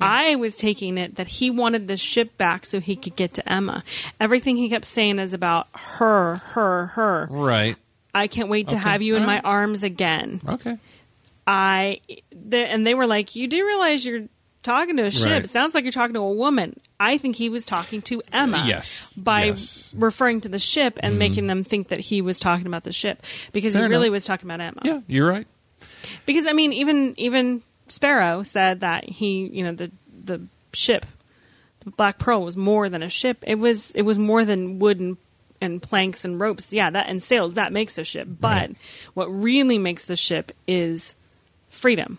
Speaker 3: I was taking it that he wanted the ship back so he could get to Emma. Everything he kept saying is about her, her, her.
Speaker 2: Right.
Speaker 3: I can't wait to
Speaker 2: Okay.
Speaker 3: have you in
Speaker 2: All
Speaker 3: my
Speaker 2: right.
Speaker 3: arms again.
Speaker 2: Okay.
Speaker 3: I the, and they were like, you do realize you're talking to a ship.
Speaker 2: Right.
Speaker 3: It sounds like you're talking to a woman. I think he was talking to Emma.
Speaker 2: Yes.
Speaker 3: By
Speaker 2: Yes. Mm-hmm.
Speaker 3: referring to the ship and making them think that he was talking about the ship because
Speaker 2: Fair
Speaker 3: he really
Speaker 2: enough.
Speaker 3: was talking about Emma.
Speaker 2: Yeah, you're right.
Speaker 3: Because I mean, even even Sparrow said that he, you know, the the ship, the Black Pearl was more than a ship. It was it was more than wood and, and planks and ropes. Yeah, that and sails that makes a ship. But
Speaker 2: Right.
Speaker 3: what really makes the ship is freedom.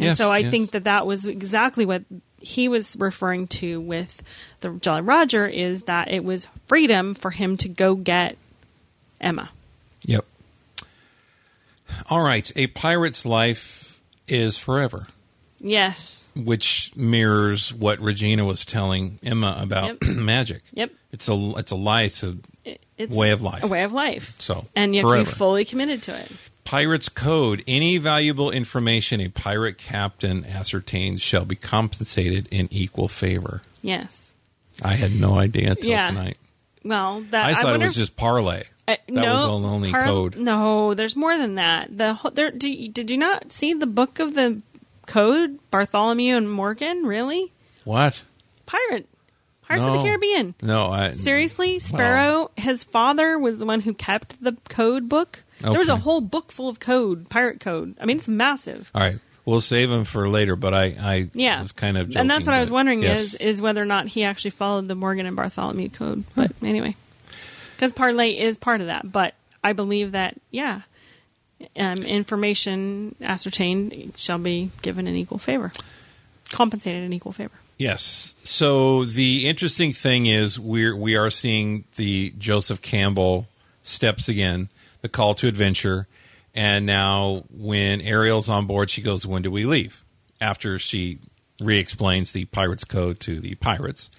Speaker 3: And
Speaker 2: Yes,
Speaker 3: so I
Speaker 2: yes.
Speaker 3: think that that was exactly what he was referring to with the Jolly Roger is that it was freedom for him to go get Emma.
Speaker 2: Yep. All right. A pirate's life is forever,
Speaker 3: Yes.
Speaker 2: which mirrors what Regina was telling Emma about
Speaker 3: Yep.
Speaker 2: magic.
Speaker 3: Yep.
Speaker 2: It's a it's a lie. It's a
Speaker 3: It- it's
Speaker 2: Way of life.
Speaker 3: A way of life.
Speaker 2: So,
Speaker 3: and you have to be
Speaker 2: forever.
Speaker 3: fully committed to it.
Speaker 2: pirate's code. Any valuable information a pirate captain ascertains shall be compensated in equal favor.
Speaker 3: Yes.
Speaker 2: I had no idea until
Speaker 3: Yeah.
Speaker 2: tonight.
Speaker 3: Well, that
Speaker 2: I
Speaker 3: I,
Speaker 2: thought it
Speaker 3: wonder
Speaker 2: was
Speaker 3: if-
Speaker 2: just parlay.
Speaker 3: uh,
Speaker 2: that
Speaker 3: no,
Speaker 2: was the only
Speaker 3: Carl-
Speaker 2: code.
Speaker 3: No, there's more than that. The whole, there, do you, did you not see the book of the code? Bartholomew and Morgan, really?
Speaker 2: What?
Speaker 3: Pirate, Pirates of
Speaker 2: No.
Speaker 3: the Caribbean.
Speaker 2: No, I
Speaker 3: Seriously, Sparrow, his father was the one who kept the code book. There was a
Speaker 2: Okay.
Speaker 3: whole book full of code, pirate code. I mean, it's massive.
Speaker 2: All right, we'll save them for later. But I, I
Speaker 3: Yeah,
Speaker 2: was kind of, joking,
Speaker 3: and that's what I was
Speaker 2: but-
Speaker 3: wondering
Speaker 2: Yes.
Speaker 3: is is whether or not he actually followed the Morgan and Bartholomew code. But anyway, because parlay is part of that. But I believe that yeah, um, information ascertained shall be given in equal favor, compensated in equal favor.
Speaker 2: yes. So the interesting thing is we're we are seeing the Joseph Campbell steps again, the call to adventure, and now when Ariel's on board, she goes, "When do we leave?" After she re explains the Pirates Code to the pirates,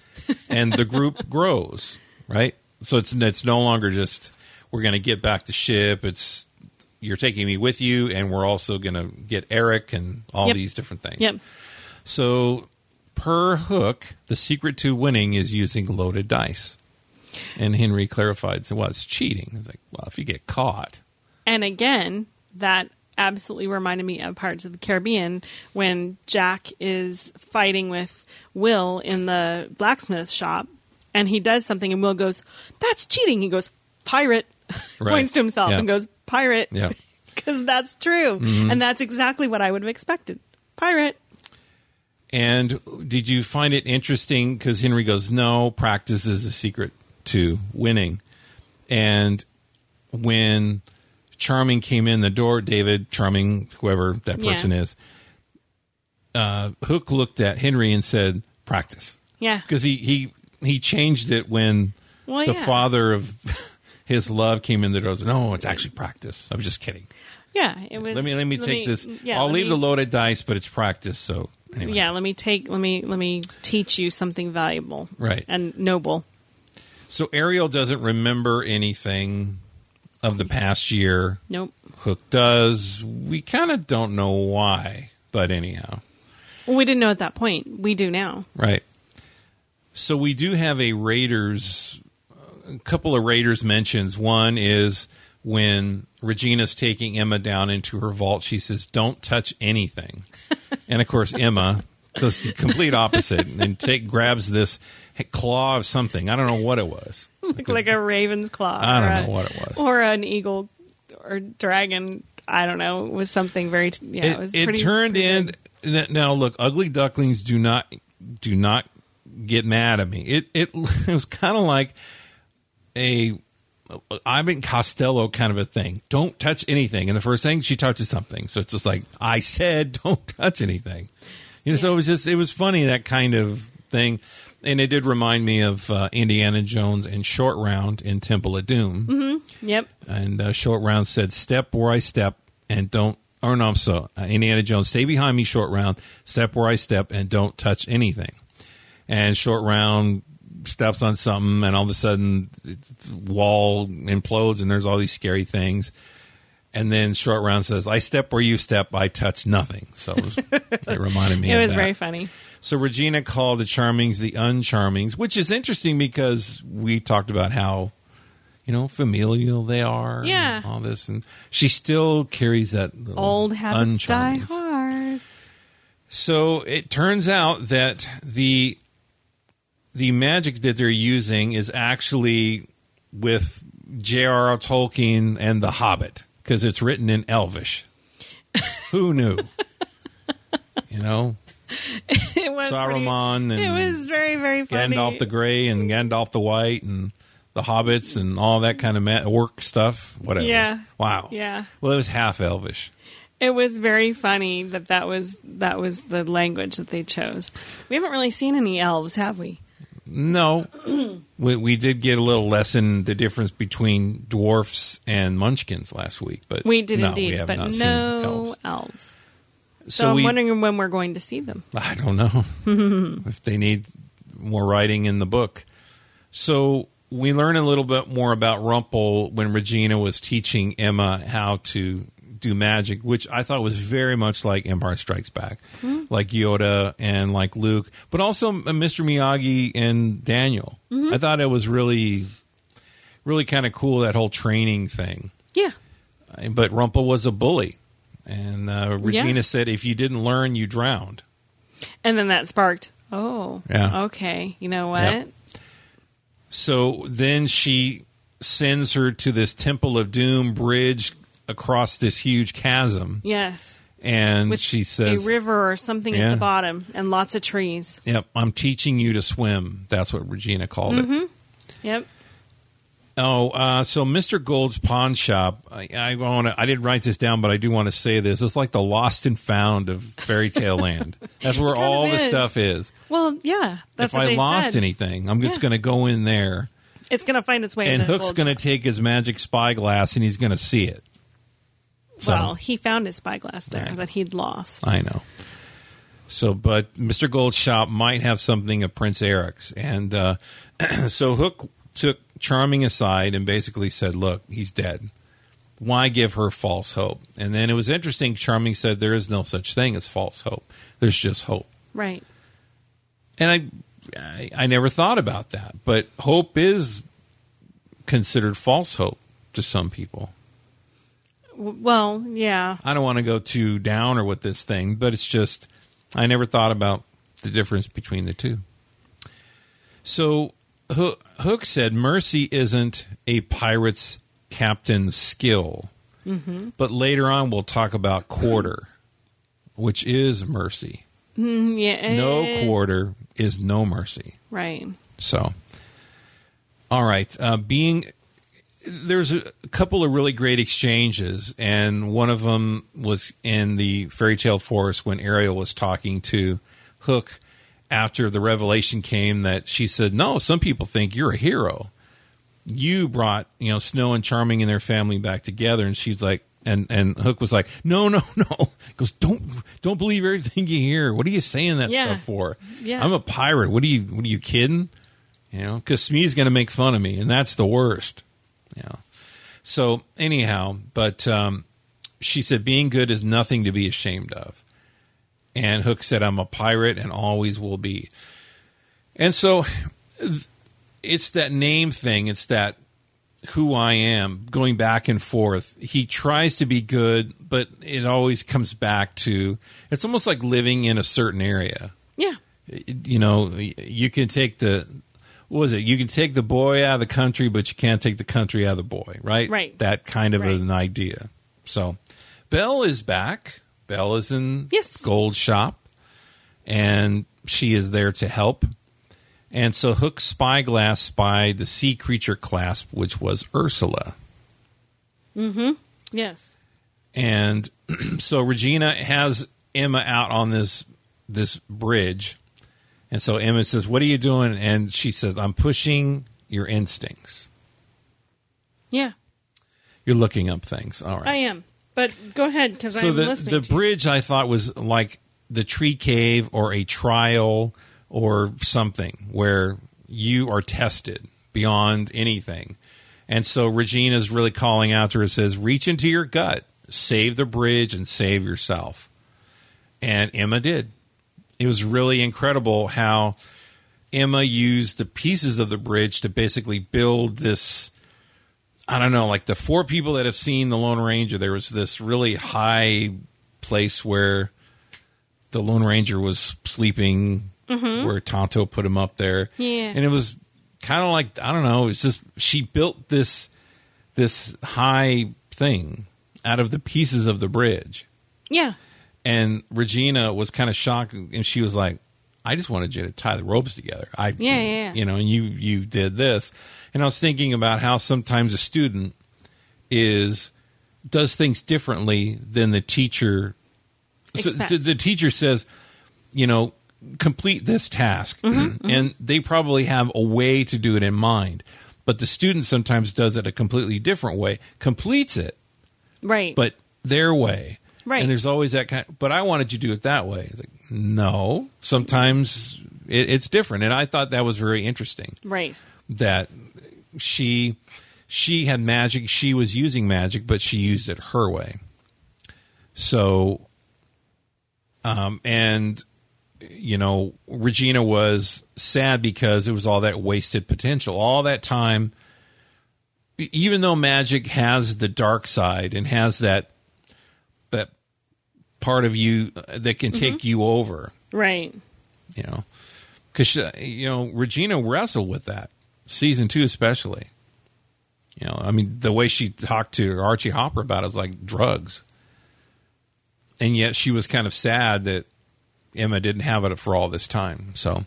Speaker 2: and the group grows, right? So it's it's no longer just we're going to get back to ship. It's you're taking me with you, and we're also going to get Eric and all
Speaker 3: Yep.
Speaker 2: these different things.
Speaker 3: Yep.
Speaker 2: So, per hook, the secret to winning is using loaded dice. And Henry clarified, so, well, it's cheating. It's like, well, if you get caught,
Speaker 3: And again, that absolutely reminded me of Pirates of the Caribbean when Jack is fighting with Will in the blacksmith shop and he does something and Will goes, That's cheating. He goes, Pirate.
Speaker 2: Right.
Speaker 3: Points to himself
Speaker 2: Yeah.
Speaker 3: and goes, Pirate.
Speaker 2: Yeah. Mm-hmm.
Speaker 3: Because that's true. And that's exactly what I would have expected. Pirate.
Speaker 2: And did you find it interesting? Because Henry goes, no, practice is a secret to winning. And when Charming came in the door, David, Charming, whoever that
Speaker 3: Yeah.
Speaker 2: person is, uh, Hook looked at Henry and said, practice.
Speaker 3: Yeah.
Speaker 2: Because he, he, he changed it when
Speaker 3: Well,
Speaker 2: the
Speaker 3: Oh, yeah.
Speaker 2: father of his love came in the door. and said, No, it's actually practice. I'm just kidding.
Speaker 3: Yeah. It was
Speaker 2: Let me let me take this.
Speaker 3: yeah,
Speaker 2: I'll
Speaker 3: let
Speaker 2: leave
Speaker 3: me-
Speaker 2: the loaded dice, but it's practice. So anyway.
Speaker 3: Yeah, let me take let me let me teach you something valuable.
Speaker 2: Right.
Speaker 3: And noble.
Speaker 2: So Ariel doesn't remember anything of the past year.
Speaker 3: Nope.
Speaker 2: Hook does. We kind of don't know why, but anyhow,
Speaker 3: Well, we didn't know at that point. We do now.
Speaker 2: right. So we do have a Raiders, a couple of Raiders mentions. One is when Regina's taking Emma down into her vault, she says, Don't touch anything. and of course, Emma does the complete opposite and take, grabs this claw of something. I don't know what it was.
Speaker 3: Look like a raven's claw.
Speaker 2: I don't
Speaker 3: or a-
Speaker 2: know what it was.
Speaker 3: Or an eagle or dragon. I don't know. It was something very. Yeah, it, was pretty.
Speaker 2: turned
Speaker 3: pretty
Speaker 2: in
Speaker 3: good.
Speaker 2: n- now look ugly ducklings do not do not get mad at me it it, it was kind of like a Ivan Costello kind of a thing. Don't touch anything. And the first thing she touches something. So it's just like I said, don't touch anything. You know, so it was just it was funny that kind of thing, and it did remind me of uh, Indiana Jones and Short Round in Temple of Doom
Speaker 3: Yep.
Speaker 2: and uh, Short Round said, "Step where I step, and don't." Or no, I'm so uh, Indiana Jones, stay behind me, Short Round. Step where I step, and don't touch anything. And Short Round steps on something, and all of a sudden, it- wall implodes, and there's all these scary things. And then Short Round says, "I step where you step, I touch nothing." So it, was, it reminded me.
Speaker 3: It
Speaker 2: of
Speaker 3: was
Speaker 2: that.
Speaker 3: very funny.
Speaker 2: So Regina called the Charmings the Uncharmings, which is interesting because we talked about how, you know, familial they are.
Speaker 3: Yeah.
Speaker 2: And all this. And she still carries that little
Speaker 3: Old habits die
Speaker 2: uncharmings.
Speaker 3: hard.
Speaker 2: So it turns out that the the magic that they're using is actually with J.R.R. Tolkien and The Hobbit because it's written in Elvish. Who knew? you know,
Speaker 3: It was pretty-
Speaker 2: Saruman and
Speaker 3: it was very very funny.
Speaker 2: Gandalf the Grey and Gandalf the White and the Hobbits and all that kind of ma- orc stuff, whatever.
Speaker 3: Yeah.
Speaker 2: Wow.
Speaker 3: Yeah.
Speaker 2: Well, it was half Elvish.
Speaker 3: It was very funny that that was that was the language that they chose. We haven't really seen any elves, have we?
Speaker 2: No, we, we did get a little lesson the difference between dwarfs and munchkins last week, but
Speaker 3: We did
Speaker 2: no,
Speaker 3: indeed,
Speaker 2: we have
Speaker 3: but
Speaker 2: not seen
Speaker 3: no
Speaker 2: elves.
Speaker 3: elves. So,
Speaker 2: So,
Speaker 3: I'm
Speaker 2: we,
Speaker 3: wondering when we're going to see them.
Speaker 2: I don't know if they need more writing in the book. So we learn a little bit more about Rumpel when Regina was teaching Emma how to do magic, which I thought was very much like Empire Strikes Back, like Yoda and like Luke, but also uh, Mr. Miyagi and Daniel. I thought it was really, really kind of cool that whole training thing.
Speaker 3: Yeah.
Speaker 2: Uh, But Rumpel was a bully, and uh, Regina said, "If you didn't learn, you drowned."
Speaker 3: And then that sparked. Oh.
Speaker 2: Yeah.
Speaker 3: Okay. You know what?
Speaker 2: Yep. So then she sends her to this Temple of Doom bridge across this huge chasm,
Speaker 3: Yes.
Speaker 2: and
Speaker 3: With
Speaker 2: she says,
Speaker 3: a river or something at
Speaker 2: Yeah.
Speaker 3: the bottom and lots of trees.
Speaker 2: "Yep, I'm teaching you to swim." That's what Regina called
Speaker 3: Mm-hmm.
Speaker 2: it.
Speaker 3: Yep.
Speaker 2: Oh, uh, so Mr. Gold's pawn shop. I, I want to. I didn't write this down, but I do want to say this. It's like the lost and found of fairy tale land. That's where
Speaker 3: kind of
Speaker 2: all the
Speaker 3: is.
Speaker 2: stuff is.
Speaker 3: Well, yeah. That's
Speaker 2: if
Speaker 3: what
Speaker 2: I
Speaker 3: they
Speaker 2: lost
Speaker 3: said.
Speaker 2: anything, I'm just
Speaker 3: Yeah.
Speaker 2: going to go in there.
Speaker 3: it's going to find its way.
Speaker 2: and
Speaker 3: into the
Speaker 2: Hook's
Speaker 3: gold
Speaker 2: going to
Speaker 3: shop.
Speaker 2: take his magic spyglass and he's going to see it. So,
Speaker 3: Well, he found his spyglass there
Speaker 2: Right.
Speaker 3: that he'd lost.
Speaker 2: I know. So, but Mr. Goldshop might have something of Prince Eric's. And uh, so Hook took Charming aside and basically said, Look, he's dead. Why give her false hope? And then it was interesting. Charming said, There is no such thing as false hope, there's just hope.
Speaker 3: Right.
Speaker 2: And I, I, I never thought about that. But hope is considered false hope to some people.
Speaker 3: W- Well, yeah.
Speaker 2: I don't want to go too down or with this thing, but it's just I never thought about the difference between the two. So Ho- Hook said mercy isn't a pirate's captain's skill, but later on we'll talk about quarter, which is mercy.
Speaker 3: Mm, yeah.
Speaker 2: No quarter is no mercy.
Speaker 3: Right.
Speaker 2: So, all right. Uh, being there's a couple of really great exchanges, and one of them was in the fairy tale forest when Ariel was talking to Hook after the revelation came that she said, "No, some people think you're a hero. You brought you know Snow and Charming and their family back together," and she's like. And and Hook was like, no, no, no. He goes, don't don't believe everything you hear. What are you saying that
Speaker 3: Yeah.
Speaker 2: stuff for?
Speaker 3: Yeah.
Speaker 2: I'm a pirate. What are you? What are you kidding? You know, because Smee's going to make fun of me, and that's the worst. You know. So anyhow, but um, she said being good is nothing to be ashamed of, and Hook said I'm a pirate and always will be, and so th- it's that name thing. It's that who I am going back and forth. He tries to be good, but it always comes back to it's almost like living in a certain area
Speaker 3: Yeah.
Speaker 2: you know, you can take the what was it? You can take the boy out of the country, but you can't take the country out of the boy, right?
Speaker 3: Right.
Speaker 2: That kind of
Speaker 3: Right.
Speaker 2: an idea. So, Belle is back. Belle is in
Speaker 3: Yes.
Speaker 2: Gold Shop, and she is there to help. And so Hook's spyglass spied the sea creature clasp, which was Ursula.
Speaker 3: Yes.
Speaker 2: and so Regina has Emma out on this this bridge, and so Emma says, "What are you doing?" And she says, "I'm pushing your instincts.
Speaker 3: Yeah.
Speaker 2: You're looking up things." All right.
Speaker 3: I am. But go ahead because
Speaker 2: so
Speaker 3: I'm
Speaker 2: the
Speaker 3: listening.
Speaker 2: the
Speaker 3: to you.
Speaker 2: bridge I thought was like the tree cave or a trial or something where you are tested beyond anything. And so Regina's really calling out to her says, "Reach into your gut, save the bridge and save yourself." And Emma did. It was really incredible how Emma used the pieces of the bridge to basically build this I don't know, like the four people that have seen The Lone Ranger, there was this really high place where the Lone Ranger was sleeping, where Tonto put him up there.
Speaker 3: Yeah.
Speaker 2: And it was kind of like, I don't know, it's just she built this this high thing out of the pieces of the bridge.
Speaker 3: Yeah.
Speaker 2: And Regina was kind of shocked and she was like, I just wanted you to tie the ropes together. I
Speaker 3: Yeah, yeah, yeah.
Speaker 2: you know, and you you did this. And I was thinking about how sometimes a student is does things differently than the teacher so
Speaker 3: Expects.
Speaker 2: the, the teacher says, you know, complete this task.
Speaker 3: Mm-hmm,
Speaker 2: And they probably have a way to do it in mind. But the student sometimes does it a completely different way, completes it,
Speaker 3: Right.
Speaker 2: but their way.
Speaker 3: Right.
Speaker 2: And there's always that kind. but I wanted you to do it that way. It's like, no. Sometimes it, it's different, and I thought that was very interesting.
Speaker 3: right.
Speaker 2: That she she had magic. She was using magic, but she used it her way. So, um, and you know, Regina was sad because it was all that wasted potential, all that time. e, Even though magic has the dark side and has that that part of you that can take you over,
Speaker 3: Right.
Speaker 2: you know, because you know Regina wrestled with that season two especially. You know, I mean, the way she talked to Archie Hopper about it was like drugs, and yet she was kind of sad that Emma didn't have it for all this time. So,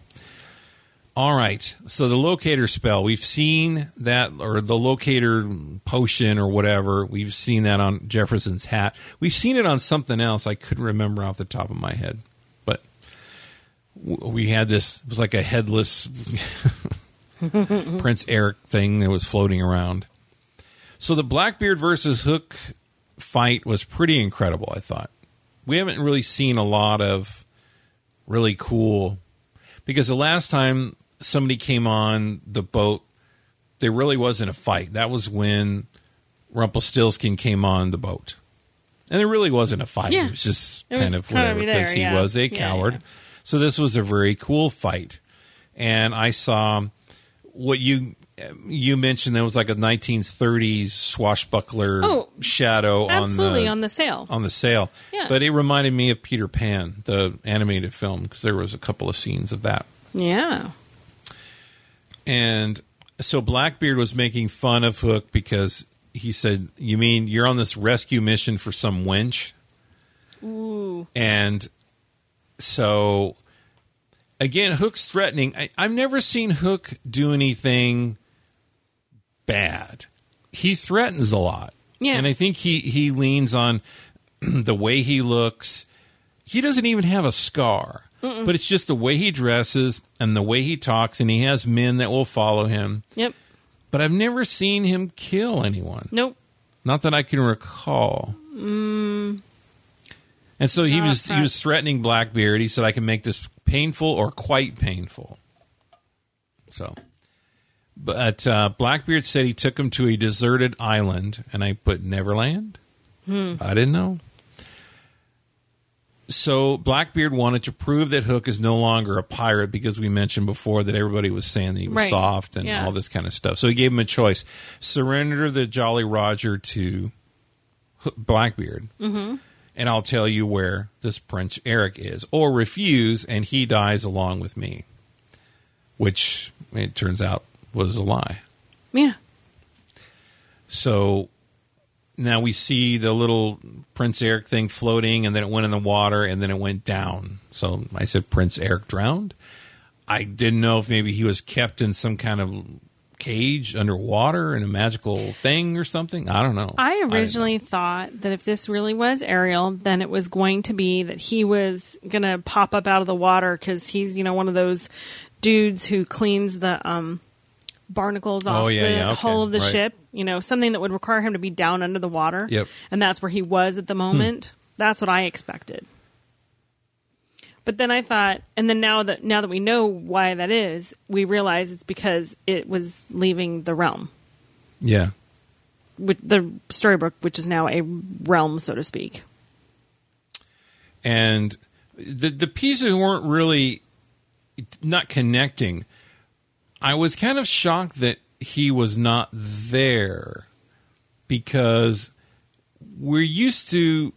Speaker 2: all right, so the locator spell we've seen that, or the locator potion or whatever we've seen that on Jefferson's hat. We've seen it on something else. I couldn't remember off the top of my head, but we had this it was like a headless Prince Eric thing that was floating around. So the Blackbeard versus Hook fight was pretty incredible, I thought. We haven't really seen a lot of really cool because the last time somebody came on the boat, there really wasn't a fight. That was when Rumpelstiltskin came on the boat, and there really wasn't a fight.
Speaker 3: Yeah.
Speaker 2: It was just
Speaker 3: It
Speaker 2: kind
Speaker 3: was
Speaker 2: of
Speaker 3: kind of
Speaker 2: whatever
Speaker 3: there,
Speaker 2: because he
Speaker 3: yeah.
Speaker 2: was a
Speaker 3: Yeah,
Speaker 2: coward.
Speaker 3: yeah.
Speaker 2: So this was a very cool fight, and I saw what you you mentioned. There was like a 1930s swashbuckler
Speaker 3: Oh,
Speaker 2: shadow
Speaker 3: Absolutely,
Speaker 2: on the
Speaker 3: on the sale.
Speaker 2: on the sale.
Speaker 3: Yeah.
Speaker 2: But it reminded me of Peter Pan, the animated film, because there was a couple of scenes of that.
Speaker 3: yeah.
Speaker 2: And so Blackbeard was making fun of Hook because he said, "You mean you're on this rescue mission for some wench?"
Speaker 3: Ooh.
Speaker 2: And so again, Hook's threatening. I, I've never seen Hook do anything bad. He threatens a lot.
Speaker 3: Yeah.
Speaker 2: And I think he, he leans on the way he looks. He doesn't even have a scar, but it's just the way he dresses and the way he talks, and he has men that will follow him.
Speaker 3: Yep.
Speaker 2: But I've never seen him kill anyone.
Speaker 3: Nope.
Speaker 2: Not that I can recall. And so he
Speaker 3: Not
Speaker 2: was he
Speaker 3: that-
Speaker 2: was threatening Blackbeard. He said, "I can make this painful or quite painful." So, but uh, Blackbeard said he took him to a deserted island, and I put Neverland. I didn't know. So Blackbeard wanted to prove that Hook is no longer a pirate because we mentioned before that everybody was saying that he was
Speaker 3: Right.
Speaker 2: soft and
Speaker 3: Yeah.
Speaker 2: all this kind of stuff. So he gave him a choice: surrender the Jolly Roger to H- Blackbeard, and I'll tell you where this Prince Eric is, or refuse, and he dies along with me. Which it turns out was a lie.
Speaker 3: Yeah.
Speaker 2: So now we see the little Prince Eric thing floating, and then it went in the water, and then it went down. So I said Prince Eric drowned. I didn't know if maybe he was kept in some kind of cage underwater in a magical thing or something. I don't know.
Speaker 3: I
Speaker 2: didn't know.
Speaker 3: originally thought that if this really was Ariel, then it was going to be that he was going to pop up out of the water because he's, you know, one of those dudes who cleans the um, barnacles off
Speaker 2: Oh, yeah,
Speaker 3: the
Speaker 2: yeah, okay,
Speaker 3: hull of the
Speaker 2: right.
Speaker 3: ship, you know, something that would require him to be down under the water.
Speaker 2: Yep. Hmm.
Speaker 3: And that's where he was at the moment. That's what I expected. But then I thought, and then now that now that we know why that is, we realize it's because it was leaving the realm
Speaker 2: yeah.
Speaker 3: which, the Storybook, which is now a realm, so to speak.
Speaker 2: and the the pieces weren't really not connecting. I was kind of shocked that he was not there because we're used to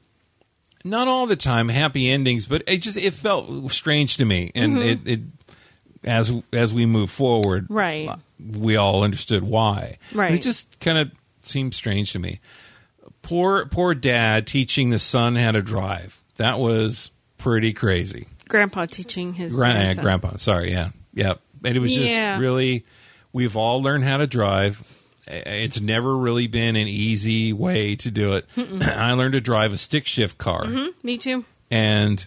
Speaker 2: not all the time happy endings, but it just it felt strange to me, and it, it as as we move forward,
Speaker 3: Right.
Speaker 2: we all understood why.
Speaker 3: Right.
Speaker 2: It just kind of seemed strange to me. Poor poor dad teaching the son how to drive. That was pretty crazy.
Speaker 3: Grandpa teaching his
Speaker 2: Gra-
Speaker 3: grandson.
Speaker 2: grandpa, sorry, yeah, yeah. And it was just
Speaker 3: Yeah.
Speaker 2: really, we've all learned how to drive. It's never really been an easy way to do it. I learned to drive a stick shift car,
Speaker 3: Me too.
Speaker 2: and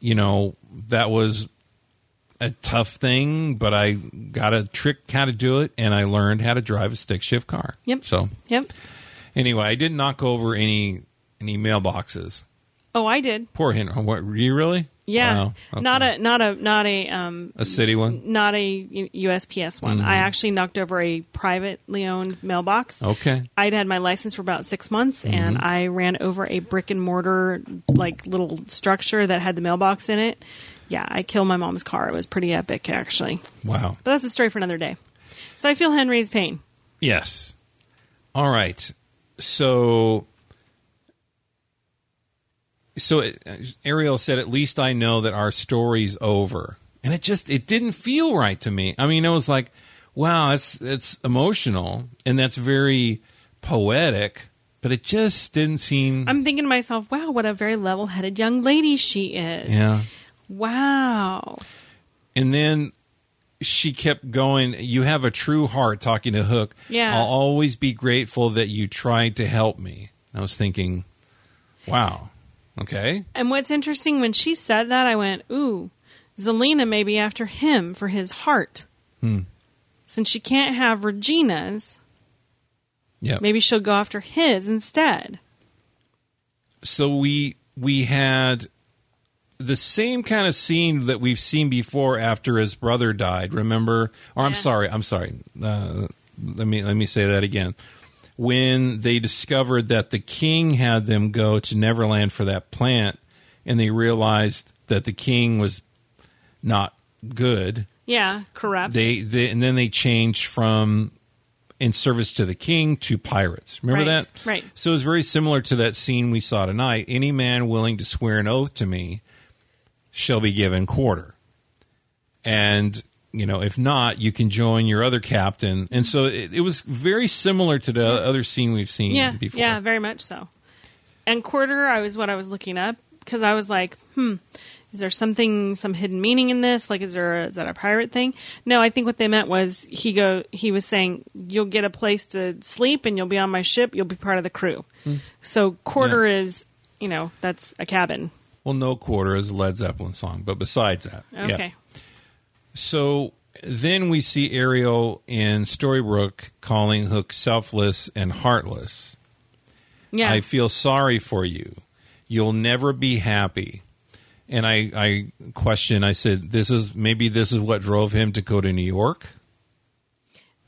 Speaker 2: you know that was a tough thing, but I got a trick how to do it, and I learned how to drive a stick shift car.
Speaker 3: Yep.
Speaker 2: So
Speaker 3: Yep.
Speaker 2: anyway, I didn't knock over any any mailboxes.
Speaker 3: Oh, I did.
Speaker 2: Poor Henry. What, were you really?
Speaker 3: Yeah.
Speaker 2: Wow. Okay.
Speaker 3: Not a not a not a um
Speaker 2: a city one.
Speaker 3: not a U- USPS one.
Speaker 2: Mm-hmm.
Speaker 3: I actually knocked over a privately owned mailbox.
Speaker 2: Okay.
Speaker 3: I'd had my license for about six months,
Speaker 2: Mm-hmm.
Speaker 3: and I ran over a brick and mortar like little structure that had the mailbox in it. Yeah, I killed my mom's car. It was pretty epic, actually.
Speaker 2: Wow.
Speaker 3: But that's a story for another day. So I feel Henry's pain.
Speaker 2: Yes. All right. So so it, Ariel said at least I know that our story's over. And it just it didn't feel right to me. I mean, it was like, wow, it's it's emotional and that's very poetic, but it just didn't seem
Speaker 3: I'm thinking to myself, wow, what a very level headed young lady she is.
Speaker 2: yeah.
Speaker 3: Wow.
Speaker 2: And then she kept going, You have a true heart, talking to Hook.
Speaker 3: Yeah.
Speaker 2: I'll always be grateful that you tried to help me. And I was thinking, Wow. Okay.
Speaker 3: And what's interesting, when she said that, I went, ooh, Zelina may be after him for his heart.
Speaker 2: Hmm.
Speaker 3: Since she can't have Regina's,
Speaker 2: Yeah.
Speaker 3: maybe she'll go after his instead.
Speaker 2: So we we had the same kind of scene that we've seen before after his brother died. Remember? Or I'm
Speaker 3: Yeah.
Speaker 2: sorry, I'm sorry. Uh, let me let me say that again. When they discovered that the king had them go to Neverland for that plant, and they realized that the king was not good,
Speaker 3: Yeah, corrupt.
Speaker 2: they, they and then they changed from in service to the king to pirates. Remember
Speaker 3: Right,
Speaker 2: that?
Speaker 3: right.
Speaker 2: So it's very similar to that scene we saw tonight. Any man willing to swear an oath to me shall be given quarter. And you know, if not, you can join your other captain. And so it, it was very similar to the other scene we've seen
Speaker 3: yeah,
Speaker 2: before.
Speaker 3: yeah, very much so. And quarter, I was what I was looking up because I was like, hmm, is there something, some hidden meaning in this? Like, is there a, is that a pirate thing? No, I think what they meant was he go. He was saying you'll get a place to sleep and you'll be on my ship. You'll be part of the crew.
Speaker 2: Hmm.
Speaker 3: So quarter is, you know, that's a cabin.
Speaker 2: Well, no quarter is a Led Zeppelin song, but besides that, yeah.
Speaker 3: Okay.
Speaker 2: So then we see Ariel in Storybrooke calling Hook selfless and heartless.
Speaker 3: Yeah.
Speaker 2: I feel sorry for you. You'll never be happy. And I, I question, I said, this is maybe this is what drove him to go to New York.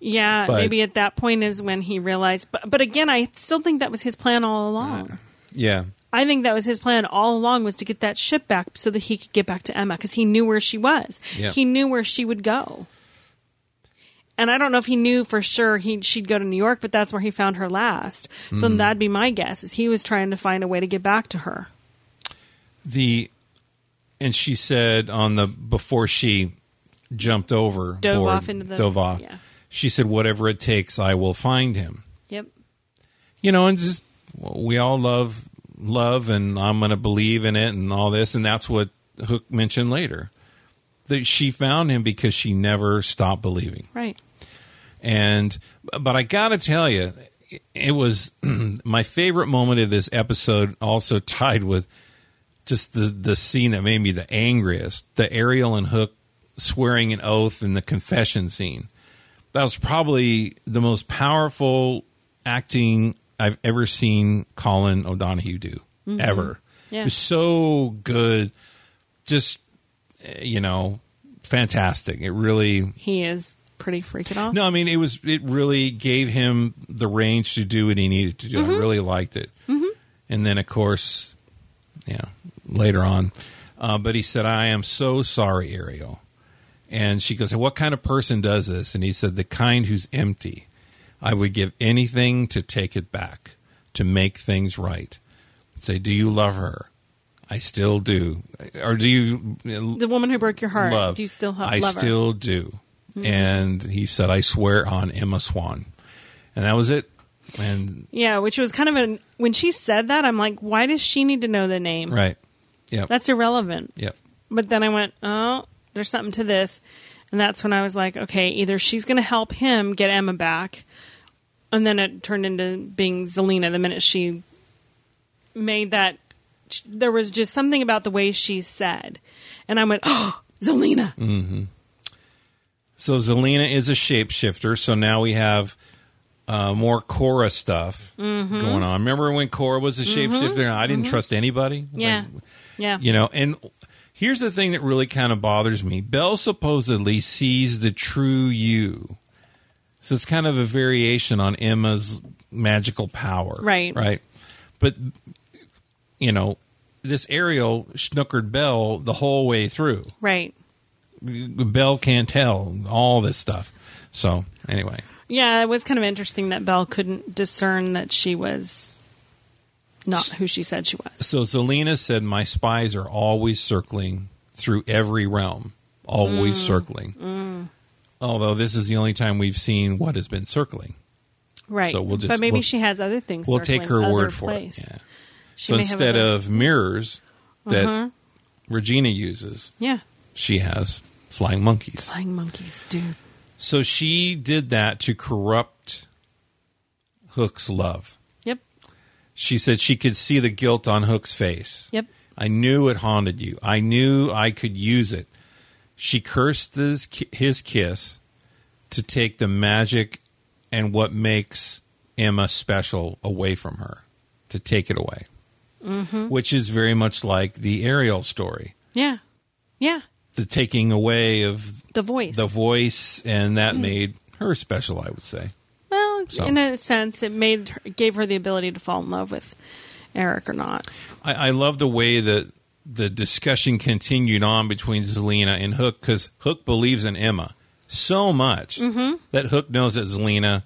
Speaker 3: Yeah,
Speaker 2: But-
Speaker 3: maybe at that point is when he realized. But but again, I still think that was his plan all along.
Speaker 2: Uh, Yeah.
Speaker 3: I think that was his plan all along was to get that ship back so that he could get back to Emma because he knew where she was.
Speaker 2: Yeah.
Speaker 3: He knew where she would go. And I don't know if he knew for sure he she'd go to New York, but that's where he found her last. So
Speaker 2: Mm.
Speaker 3: that'd be my guess is he was trying to find a way to get back to her.
Speaker 2: The and she said on the before she jumped over
Speaker 3: Dove
Speaker 2: board-
Speaker 3: off into the-
Speaker 2: dove off,
Speaker 3: yeah.
Speaker 2: she said, Whatever it takes, I will find him.
Speaker 3: Yep.
Speaker 2: you know, and just we all love love, and I'm going to believe in it, and all this, and that's what Hook mentioned later that she found him because she never stopped believing.
Speaker 3: Right.
Speaker 2: And but I got to tell you, it was my favorite moment of this episode. Also tied with just the the scene that made me the angriest: the Ariel and Hook swearing an oath in the confession scene. That was probably the most powerful acting I've ever seen Colin O'Donohue do ever.
Speaker 3: Yeah.
Speaker 2: It was so good, just eh, you know, fantastic. It really
Speaker 3: He is pretty freaking off.
Speaker 2: no, I mean it was. It really gave him the range to do what he needed to do. I really liked it. And then, of course, yeah, later on, uh, but he said, "I am so sorry, Ariel." And she goes, "What kind of person does this?" And he said, "The kind who's empty. I would give anything to take it back, to make things right." Say, "Do you love her?" I still do. Or do you uh,
Speaker 3: The woman who broke your heart.
Speaker 2: Love.
Speaker 3: Do you still have Mm-hmm.
Speaker 2: I
Speaker 3: love her?
Speaker 2: still do. And he said, I swear on Emma Swan. And that was it. And
Speaker 3: Yeah, which was kind of an when she said that, I'm like, why does she need to know the name?
Speaker 2: right. Yep.
Speaker 3: That's irrelevant.
Speaker 2: yep.
Speaker 3: But then I went, oh, there's something to this. And that's when I was like, okay, either she's going to help him get Emma back. And then it turned into being Zelina the minute she made that. There was just something about the way she said. And I went, oh, Zelina.
Speaker 2: Mm. So Zelina is a shapeshifter. So now we have uh, more Cora stuff
Speaker 3: Mm-hmm.
Speaker 2: going on. Remember when Cora was a shapeshifter? and I didn't trust anybody. It's
Speaker 3: Yeah.
Speaker 2: like,
Speaker 3: Yeah.
Speaker 2: you know, and here's the thing that really kind of bothers me. Belle supposedly sees the true you. So it's kind of a variation on Emma's magical power.
Speaker 3: Right.
Speaker 2: Right. But, you know, this Ariel snookered Belle the whole way through.
Speaker 3: Right.
Speaker 2: Belle can't tell all this stuff. So, anyway.
Speaker 3: Yeah, it was kind of interesting that Belle couldn't discern that she was not who she said she was.
Speaker 2: So Zelina said, My spies are always circling through every realm, always
Speaker 3: Mm.
Speaker 2: circling. Although this is the only time we've seen what has been circling.
Speaker 3: Right.
Speaker 2: So we'll just-
Speaker 3: but maybe
Speaker 2: we'll-
Speaker 3: she has other things.
Speaker 2: we'll take her
Speaker 3: circling other
Speaker 2: word for
Speaker 3: place.
Speaker 2: it. Yeah.
Speaker 3: She
Speaker 2: So
Speaker 3: may have
Speaker 2: instead
Speaker 3: other-
Speaker 2: of mirrors that
Speaker 3: Uh-huh.
Speaker 2: Regina uses,
Speaker 3: Yeah.
Speaker 2: she has flying monkeys.
Speaker 3: Flying monkeys, dude.
Speaker 2: So she did that to corrupt Hook's love.
Speaker 3: Yep.
Speaker 2: She said she could see the guilt on Hook's face.
Speaker 3: Yep.
Speaker 2: I knew it haunted you. I knew I could use it. She cursed his, his kiss to take the magic and what makes Emma special away from her, to take it away, which is very much like the Ariel story.
Speaker 3: Yeah. Yeah.
Speaker 2: the taking away of
Speaker 3: The voice.
Speaker 2: the voice, and that made her special, I would say.
Speaker 3: well,
Speaker 2: So-
Speaker 3: in a sense, it made her, gave her the ability to fall in love with Eric or not.
Speaker 2: I, I love the way that the discussion continued on between Zelina and Hook because Hook believes in Emma so much that Hook knows that Zelina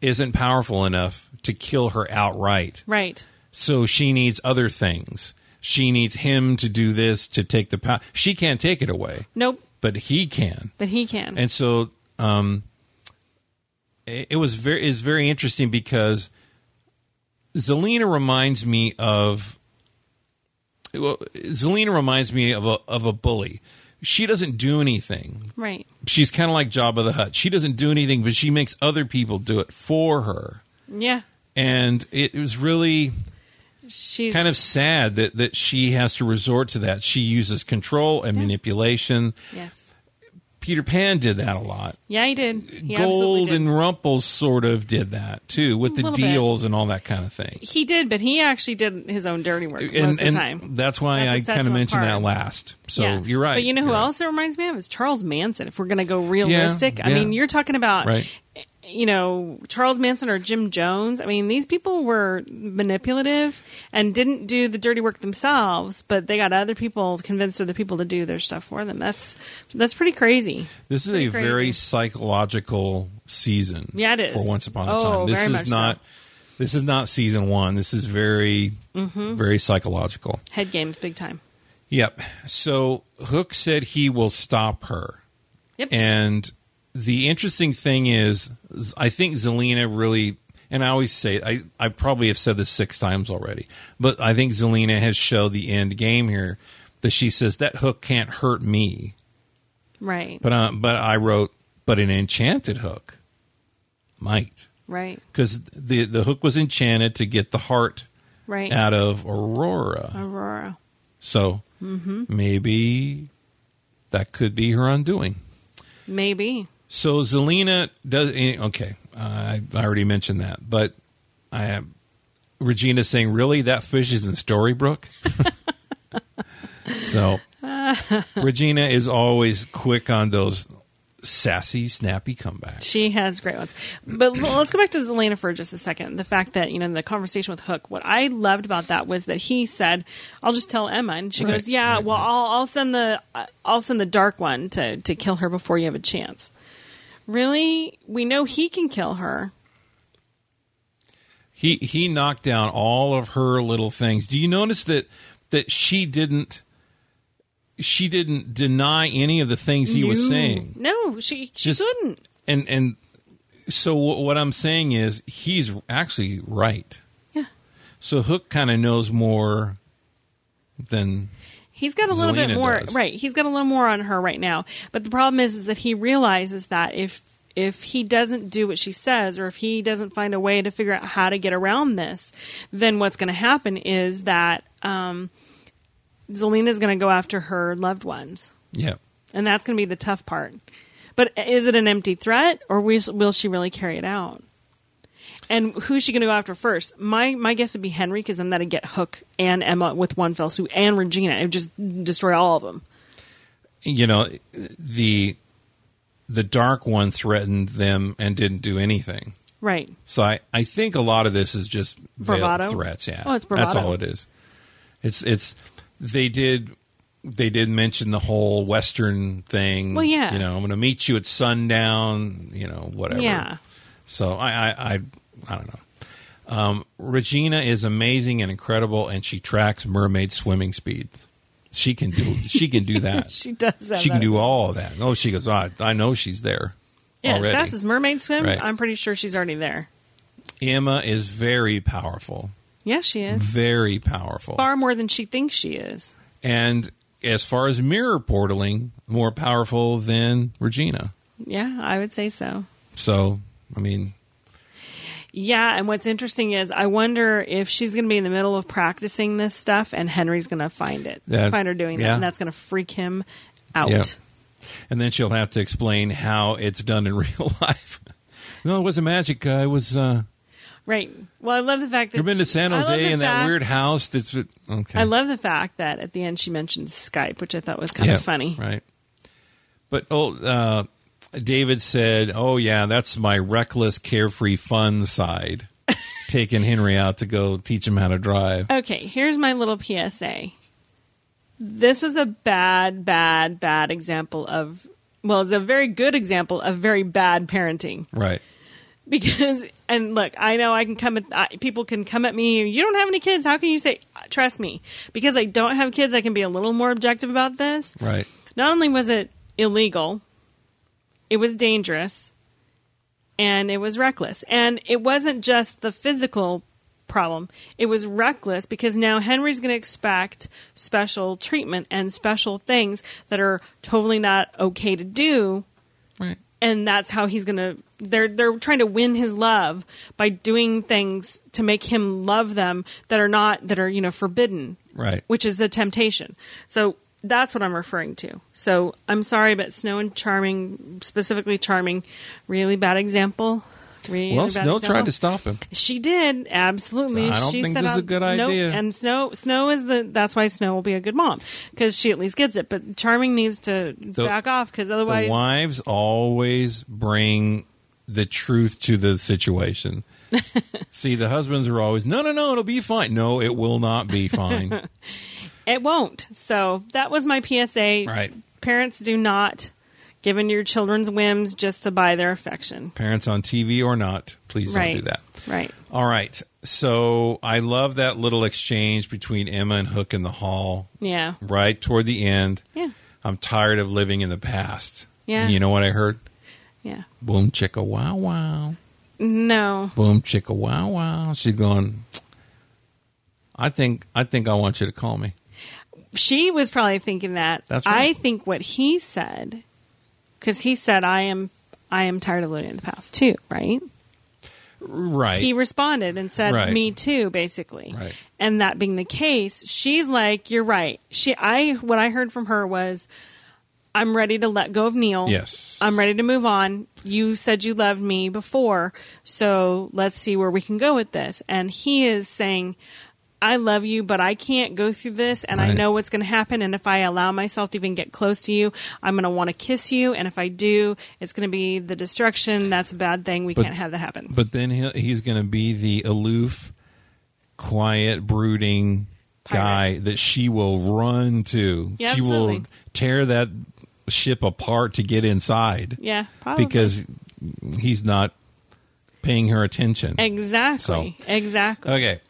Speaker 2: isn't powerful enough to kill her outright.
Speaker 3: Right.
Speaker 2: So she needs other things. She needs him to do this to take the power. She can't take it away,
Speaker 3: Nope.
Speaker 2: but he can.
Speaker 3: But he can.
Speaker 2: And so um, it, it was very is very interesting because Zelina reminds me of well, Zelina reminds me of a of a bully. She doesn't do anything.
Speaker 3: right.
Speaker 2: She's kind of like Jabba the Hutt. She doesn't do anything, but she makes other people do it for her.
Speaker 3: Yeah.
Speaker 2: And it, it was really
Speaker 3: She's
Speaker 2: kind of sad that, that she has to resort to that. She uses control and manipulation.
Speaker 3: yes.
Speaker 2: Peter Pan did that a lot.
Speaker 3: Yeah, he did. He absolutely
Speaker 2: Gold
Speaker 3: did.
Speaker 2: and Rumples sort of did that too with the
Speaker 3: Little bit.
Speaker 2: deals and all that kind of thing.
Speaker 3: he did, but he actually did his own dirty work
Speaker 2: And,
Speaker 3: most of
Speaker 2: and
Speaker 3: the time.
Speaker 2: that's why
Speaker 3: That's what
Speaker 2: I
Speaker 3: sets
Speaker 2: kind of
Speaker 3: him
Speaker 2: mentioned
Speaker 3: apart.
Speaker 2: that last. So
Speaker 3: Yeah.
Speaker 2: you're right.
Speaker 3: But you know who
Speaker 2: You're right.
Speaker 3: else it reminds me of is Charles Manson. If we're going to go realistic, I
Speaker 2: yeah.
Speaker 3: mean, you're talking about
Speaker 2: Right.
Speaker 3: you know Charles Manson or Jim Jones. I mean, these people were manipulative and didn't do the dirty work themselves, but they got other people convinced other people to do their stuff for them. That's that's pretty crazy.
Speaker 2: This is
Speaker 3: Pretty
Speaker 2: a
Speaker 3: crazy.
Speaker 2: very psychological season.
Speaker 3: Yeah, it is.
Speaker 2: For Once Upon a
Speaker 3: Oh,
Speaker 2: Time, this
Speaker 3: very
Speaker 2: is
Speaker 3: much so.
Speaker 2: not. This is not season one. This is very,
Speaker 3: Mm-hmm.
Speaker 2: very psychological.
Speaker 3: Head games, big time.
Speaker 2: Yep. So Hook said he will stop her.
Speaker 3: Yep.
Speaker 2: And the interesting thing is, Z- I think Zelina really, and I always say, I, I probably have said this six times already, but I think Zelina has showed the end game here that she says, that hook can't hurt me.
Speaker 3: right.
Speaker 2: But, uh, but I wrote, but an enchanted hook might.
Speaker 3: right.
Speaker 2: Because the, the hook was enchanted to get the heart
Speaker 3: Right.
Speaker 2: out of Aurora.
Speaker 3: Aurora.
Speaker 2: So maybe that could be her undoing.
Speaker 3: Maybe.
Speaker 2: So Zelina does. eh, Okay, I I already mentioned that, but I am Regina saying, "Really, that fish is in Storybrooke." so Regina is always quick on those sassy, snappy comebacks.
Speaker 3: She has great ones. But l- let's go back to Zelena for just a second. The fact that, you know, in the conversation with Hook, what I loved about that was that he said, I'll just tell Emma. And she
Speaker 2: Right,
Speaker 3: goes, yeah,
Speaker 2: right,
Speaker 3: well,
Speaker 2: right.
Speaker 3: I'll, I'll send the, uh, I'll send the dark one to, to kill her before you have a chance. Really? We know he can kill her.
Speaker 2: he he knocked down all of her little things. Do you notice that that she didn't she didn't deny any of the things he was saying?
Speaker 3: No, she, she
Speaker 2: Just-
Speaker 3: couldn't.
Speaker 2: and and so w- what I'm saying is he's actually right.
Speaker 3: Yeah.
Speaker 2: So Hook kind of knows more than
Speaker 3: He's got a little bit
Speaker 2: Zelena
Speaker 3: more
Speaker 2: does.
Speaker 3: right. He's got a little more on her right now. But the problem is, is that he realizes that if if he doesn't do what she says, or if he doesn't find a way to figure out how to get around this, then what's going to happen is that um, Zelina's going to go after her loved ones,
Speaker 2: yeah.
Speaker 3: and that's going to be the tough part. But is it an empty threat, or will will she really carry it out? And who's she going to go after first? My my guess would be Henry, because then that'd get Hook and Emma with one fell swoop, and Regina. It would just destroy all of them.
Speaker 2: You know the the dark one threatened them and didn't do anything.
Speaker 3: Right.
Speaker 2: So I, I think a lot of this is just veiled
Speaker 3: Bravado?
Speaker 2: threats. Yeah,
Speaker 3: Oh, it's
Speaker 2: That's
Speaker 3: bravado.
Speaker 2: all it is. It's it's they did they did mention the whole Western thing.
Speaker 3: Well, yeah.
Speaker 2: You know, I'm going to meet you at sundown. You know, whatever.
Speaker 3: Yeah.
Speaker 2: So I I I, I don't know. Um, Regina is amazing and incredible, and she tracks mermaid swimming speeds. She can do she can do that.
Speaker 3: She does have
Speaker 2: she can
Speaker 3: that.
Speaker 2: do all of that. Oh, she goes. "Ah, I know she's there.
Speaker 3: Yeah,
Speaker 2: already.
Speaker 3: as fast as mermaids swim,
Speaker 2: Right.
Speaker 3: I'm pretty sure she's already there.
Speaker 2: Emma is very powerful.
Speaker 3: Yeah, she is.
Speaker 2: very powerful.
Speaker 3: Far more than she thinks she is.
Speaker 2: and as far as mirror portaling, more powerful than Regina.
Speaker 3: Yeah, I would say so.
Speaker 2: So, I mean,
Speaker 3: Yeah, and what's interesting is I wonder if she's going to be in the middle of practicing this stuff and Henry's going to find it.
Speaker 2: That-
Speaker 3: find her doing that
Speaker 2: yeah.
Speaker 3: and that's going to freak him out.
Speaker 2: Yeah. and then she'll have to explain how it's done in real life. no, it wasn't magic. Uh, it was uh,
Speaker 3: Right. Well, I love the fact that
Speaker 2: You've been to San
Speaker 3: I love
Speaker 2: Jose
Speaker 3: the
Speaker 2: in that
Speaker 3: fact-
Speaker 2: weird house that's with- okay.
Speaker 3: I love the fact that at the end she mentioned Skype, which I thought was kind
Speaker 2: Yeah,
Speaker 3: of funny.
Speaker 2: Right. But oh, uh, David said, "Oh yeah, that's my reckless, carefree, fun side." Taking Henry out to go teach him how to drive.
Speaker 3: Okay, here's my little PSA. This was a bad, bad, bad example of well, it's a very good example of very bad parenting.
Speaker 2: Right.
Speaker 3: because and look i know i can come at I, people can come at me you don't have any kids how can you say trust me because i don't have kids i can be a little more objective about this
Speaker 2: Right.
Speaker 3: not only was it illegal it was dangerous and it was reckless and it wasn't just the physical problem it was reckless because now henry's going to expect special treatment and special things that are totally not okay to do
Speaker 2: Right.
Speaker 3: and that's how he's gonna they're they're trying to win his love by doing things to make him love them that are not that are you know forbidden
Speaker 2: Right.
Speaker 3: which is a temptation so that's what i'm referring to so i'm sorry but snow and charming specifically charming really bad example really
Speaker 2: Well,
Speaker 3: bad
Speaker 2: Snow
Speaker 3: example.
Speaker 2: tried to stop him.
Speaker 3: She did absolutely.
Speaker 2: I don't
Speaker 3: she
Speaker 2: think
Speaker 3: set
Speaker 2: this is a
Speaker 3: out-
Speaker 2: good
Speaker 3: Nope.
Speaker 2: idea.
Speaker 3: And Snow, Snow is the. That's why Snow will be a good mom because she at least gets it. But Charming needs to back off because otherwise,
Speaker 2: the wives always bring the truth to the situation. See, the husbands are always, no, no, no, it'll be fine. No, it will not be fine.
Speaker 3: It won't. So that was my PSA.
Speaker 2: Right.
Speaker 3: Parents do not give in to your children's whims just to buy their affection.
Speaker 2: Parents on TV or not, please
Speaker 3: right.
Speaker 2: don't do that.
Speaker 3: Right.
Speaker 2: All right. So I love that little exchange between Emma and Hook in the hall
Speaker 3: Yeah.
Speaker 2: right toward the end.
Speaker 3: Yeah.
Speaker 2: I'm tired of living in the past.
Speaker 3: Yeah.
Speaker 2: And you know what I heard?
Speaker 3: Yeah.
Speaker 2: Boom, chicka, wow, wow.
Speaker 3: No.
Speaker 2: boom chicka wow wow she's going i think i think i want you to call me
Speaker 3: She was probably thinking that.
Speaker 2: That's right.
Speaker 3: I think what he said, because he said, "I am, I am tired of living in the past too." Right.
Speaker 2: right
Speaker 3: He responded and said,
Speaker 2: Right.
Speaker 3: "Me too," basically.
Speaker 2: Right.
Speaker 3: And that being the case, she's like, "You're right." She, I, what I heard from her was, "I'm ready to let go of Neil."
Speaker 2: yes
Speaker 3: I'm ready to move on. You said you loved me before, so let's see where we can go with this. And he is saying, I love you, but I can't go through this, and I
Speaker 2: Right.
Speaker 3: know what's going to happen. And if I allow myself to even get close to you, I'm going to want to kiss you. And if I do, it's going to be the destruction. That's a bad thing. We
Speaker 2: But-
Speaker 3: can't have that happen.
Speaker 2: but then he he's going to be the aloof quiet brooding guy
Speaker 3: Pirate.
Speaker 2: that she will run to
Speaker 3: Yeah,
Speaker 2: she will
Speaker 3: absolutely.
Speaker 2: tear that ship apart to get inside
Speaker 3: Yeah, probably.
Speaker 2: because he's not paying her attention
Speaker 3: exactly, exactly.
Speaker 2: Okay.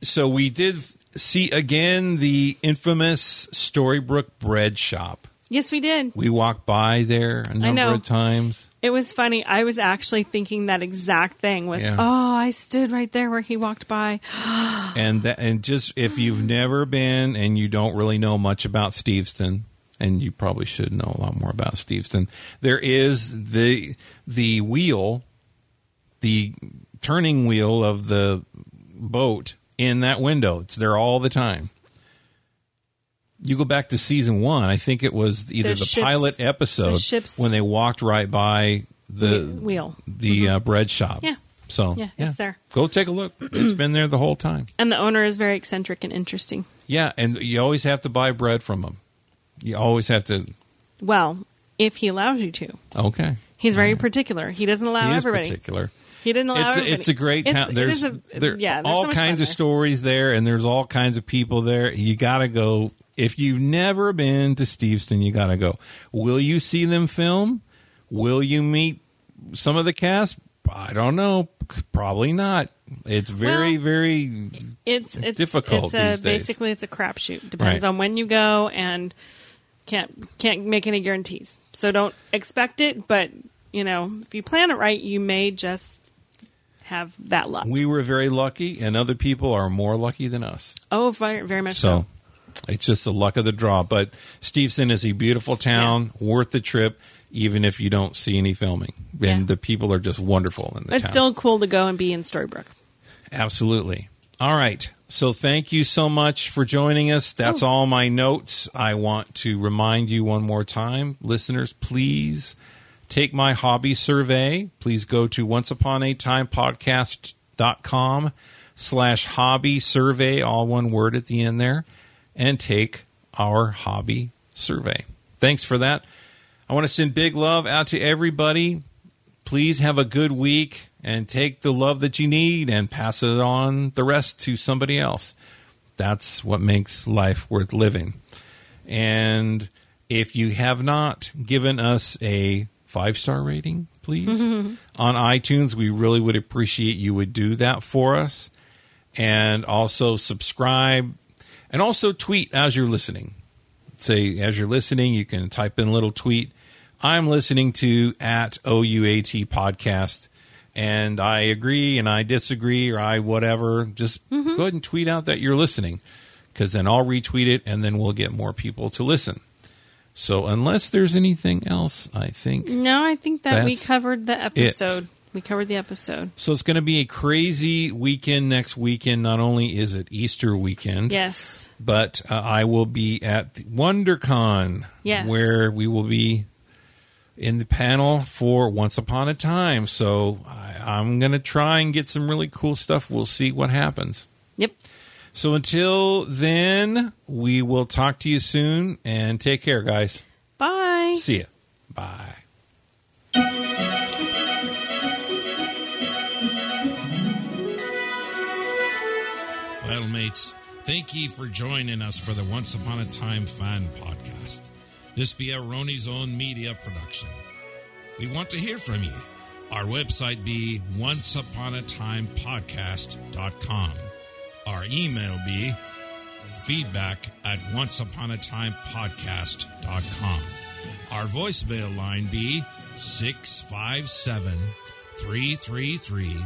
Speaker 2: So we did f- see again the infamous Storybrook bread shop.
Speaker 3: yes, we did.
Speaker 2: We walked by there a number
Speaker 3: know.
Speaker 2: of times.
Speaker 3: It was funny. I was actually thinking that exact thing was,
Speaker 2: Yeah.
Speaker 3: oh, I stood right there where he walked by.
Speaker 2: And that and just if you've never been and you don't really know much about Steveston, and you probably should know a lot more about Steveston, there is the the wheel, the turning wheel of the boat in that window. It's there all the time. You go back to season one. I think it was either the,
Speaker 3: The ships-
Speaker 2: pilot episode
Speaker 3: the ships-
Speaker 2: when they walked right by the
Speaker 3: Whe- wheel.
Speaker 2: the uh, bread shop.
Speaker 3: Yeah.
Speaker 2: So
Speaker 3: Yeah, it's there.
Speaker 2: Go take a look. it's been there the whole time.
Speaker 3: And the owner is very eccentric and interesting.
Speaker 2: Yeah, and you always have to buy bread from them. You always have to.
Speaker 3: Well, if he allows you to.
Speaker 2: Okay. Mm.
Speaker 3: He's very particular. He doesn't allow
Speaker 2: he is
Speaker 3: everybody.
Speaker 2: particular.
Speaker 3: He didn't allow
Speaker 2: It's a,
Speaker 3: everybody.
Speaker 2: it's a great
Speaker 3: It's-
Speaker 2: town.
Speaker 3: it
Speaker 2: There's
Speaker 3: is a-
Speaker 2: there,
Speaker 3: yeah, there's so
Speaker 2: all
Speaker 3: much fun
Speaker 2: kinds of
Speaker 3: there.
Speaker 2: stories there, and there's all kinds of people there. You got to go. If you've never been to Steveston, you got to go. Will you see them film? Will you meet some of the cast? I don't know. Probably not. It's very,
Speaker 3: Well,
Speaker 2: very
Speaker 3: It's, it's
Speaker 2: difficult
Speaker 3: It's a,
Speaker 2: these days.
Speaker 3: Basically, it's a crapshoot. Depends
Speaker 2: Right.
Speaker 3: on when you go and can't can't make any guarantees. So don't expect it. But you know, if you plan it right, you may just have that luck.
Speaker 2: we were very lucky, and other people are more lucky than us.
Speaker 3: oh, very, very much
Speaker 2: So
Speaker 3: so.
Speaker 2: it's just the luck of the draw. But Steveson is a beautiful town, worth the trip, even if you don't see any filming. And
Speaker 3: Yeah.
Speaker 2: the people are just wonderful in the
Speaker 3: It's
Speaker 2: town.
Speaker 3: still cool to go and be in Storybrooke.
Speaker 2: Absolutely. All right. So thank you so much for joining us. That's all my notes. I want to remind you one more time, listeners, please take my hobby survey. Please go to onceuponatimepodcast.com com slash hobby survey, all one word at the end there, and take our hobby survey. Thanks for that. I want to send big love out to everybody. Please have a good week and take the love that you need and pass it on the rest to somebody else. That's what makes life worth living. And if you have not given us a five star rating, please, on iTunes, we really would appreciate you would do that for us. And also subscribe and also tweet as you're listening. Say, as you're listening, you can type in a little tweet. I'm listening to at OUAT podcast and I agree and I disagree or I whatever. Just go ahead and tweet out that you're listening because then I'll retweet it and then we'll get more people to listen. So, unless there's anything else, I think.
Speaker 3: No, I think that we
Speaker 2: That's
Speaker 3: covered the episode. We covered the episode.
Speaker 2: So, it's going to be a crazy weekend next weekend. Not only is it Easter weekend,
Speaker 3: Yes.
Speaker 2: but uh, I will be at the WonderCon,
Speaker 3: Yes.
Speaker 2: where we will be in the panel for Once Upon a Time. So, I, I'm going to try and get some really cool stuff. We'll see what happens.
Speaker 3: Yep.
Speaker 2: So until then, we will talk to you soon and take care, guys.
Speaker 3: Bye.
Speaker 2: See ya. Bye.
Speaker 1: Well, mates, thank ye for joining us for the Once Upon a Time Fan Podcast. This be a Ronnie's Own Media production. We want to hear from you. Our website be onceuponatimepodcast.com. Our email be feedback at onceuponatimepodcast.com. Our voicemail line be 657 333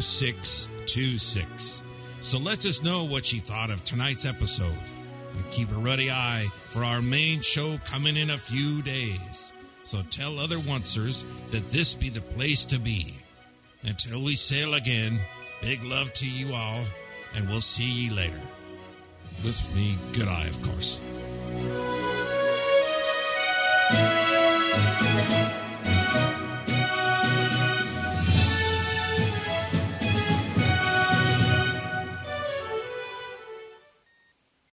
Speaker 1: 0626. So let us know what you thought of tonight's episode. And keep a ready eye for our main show coming in a few days. So tell other oncers that this be the place to be. Until we sail again, big love to you all, and we'll see ye later with the good eye, of course.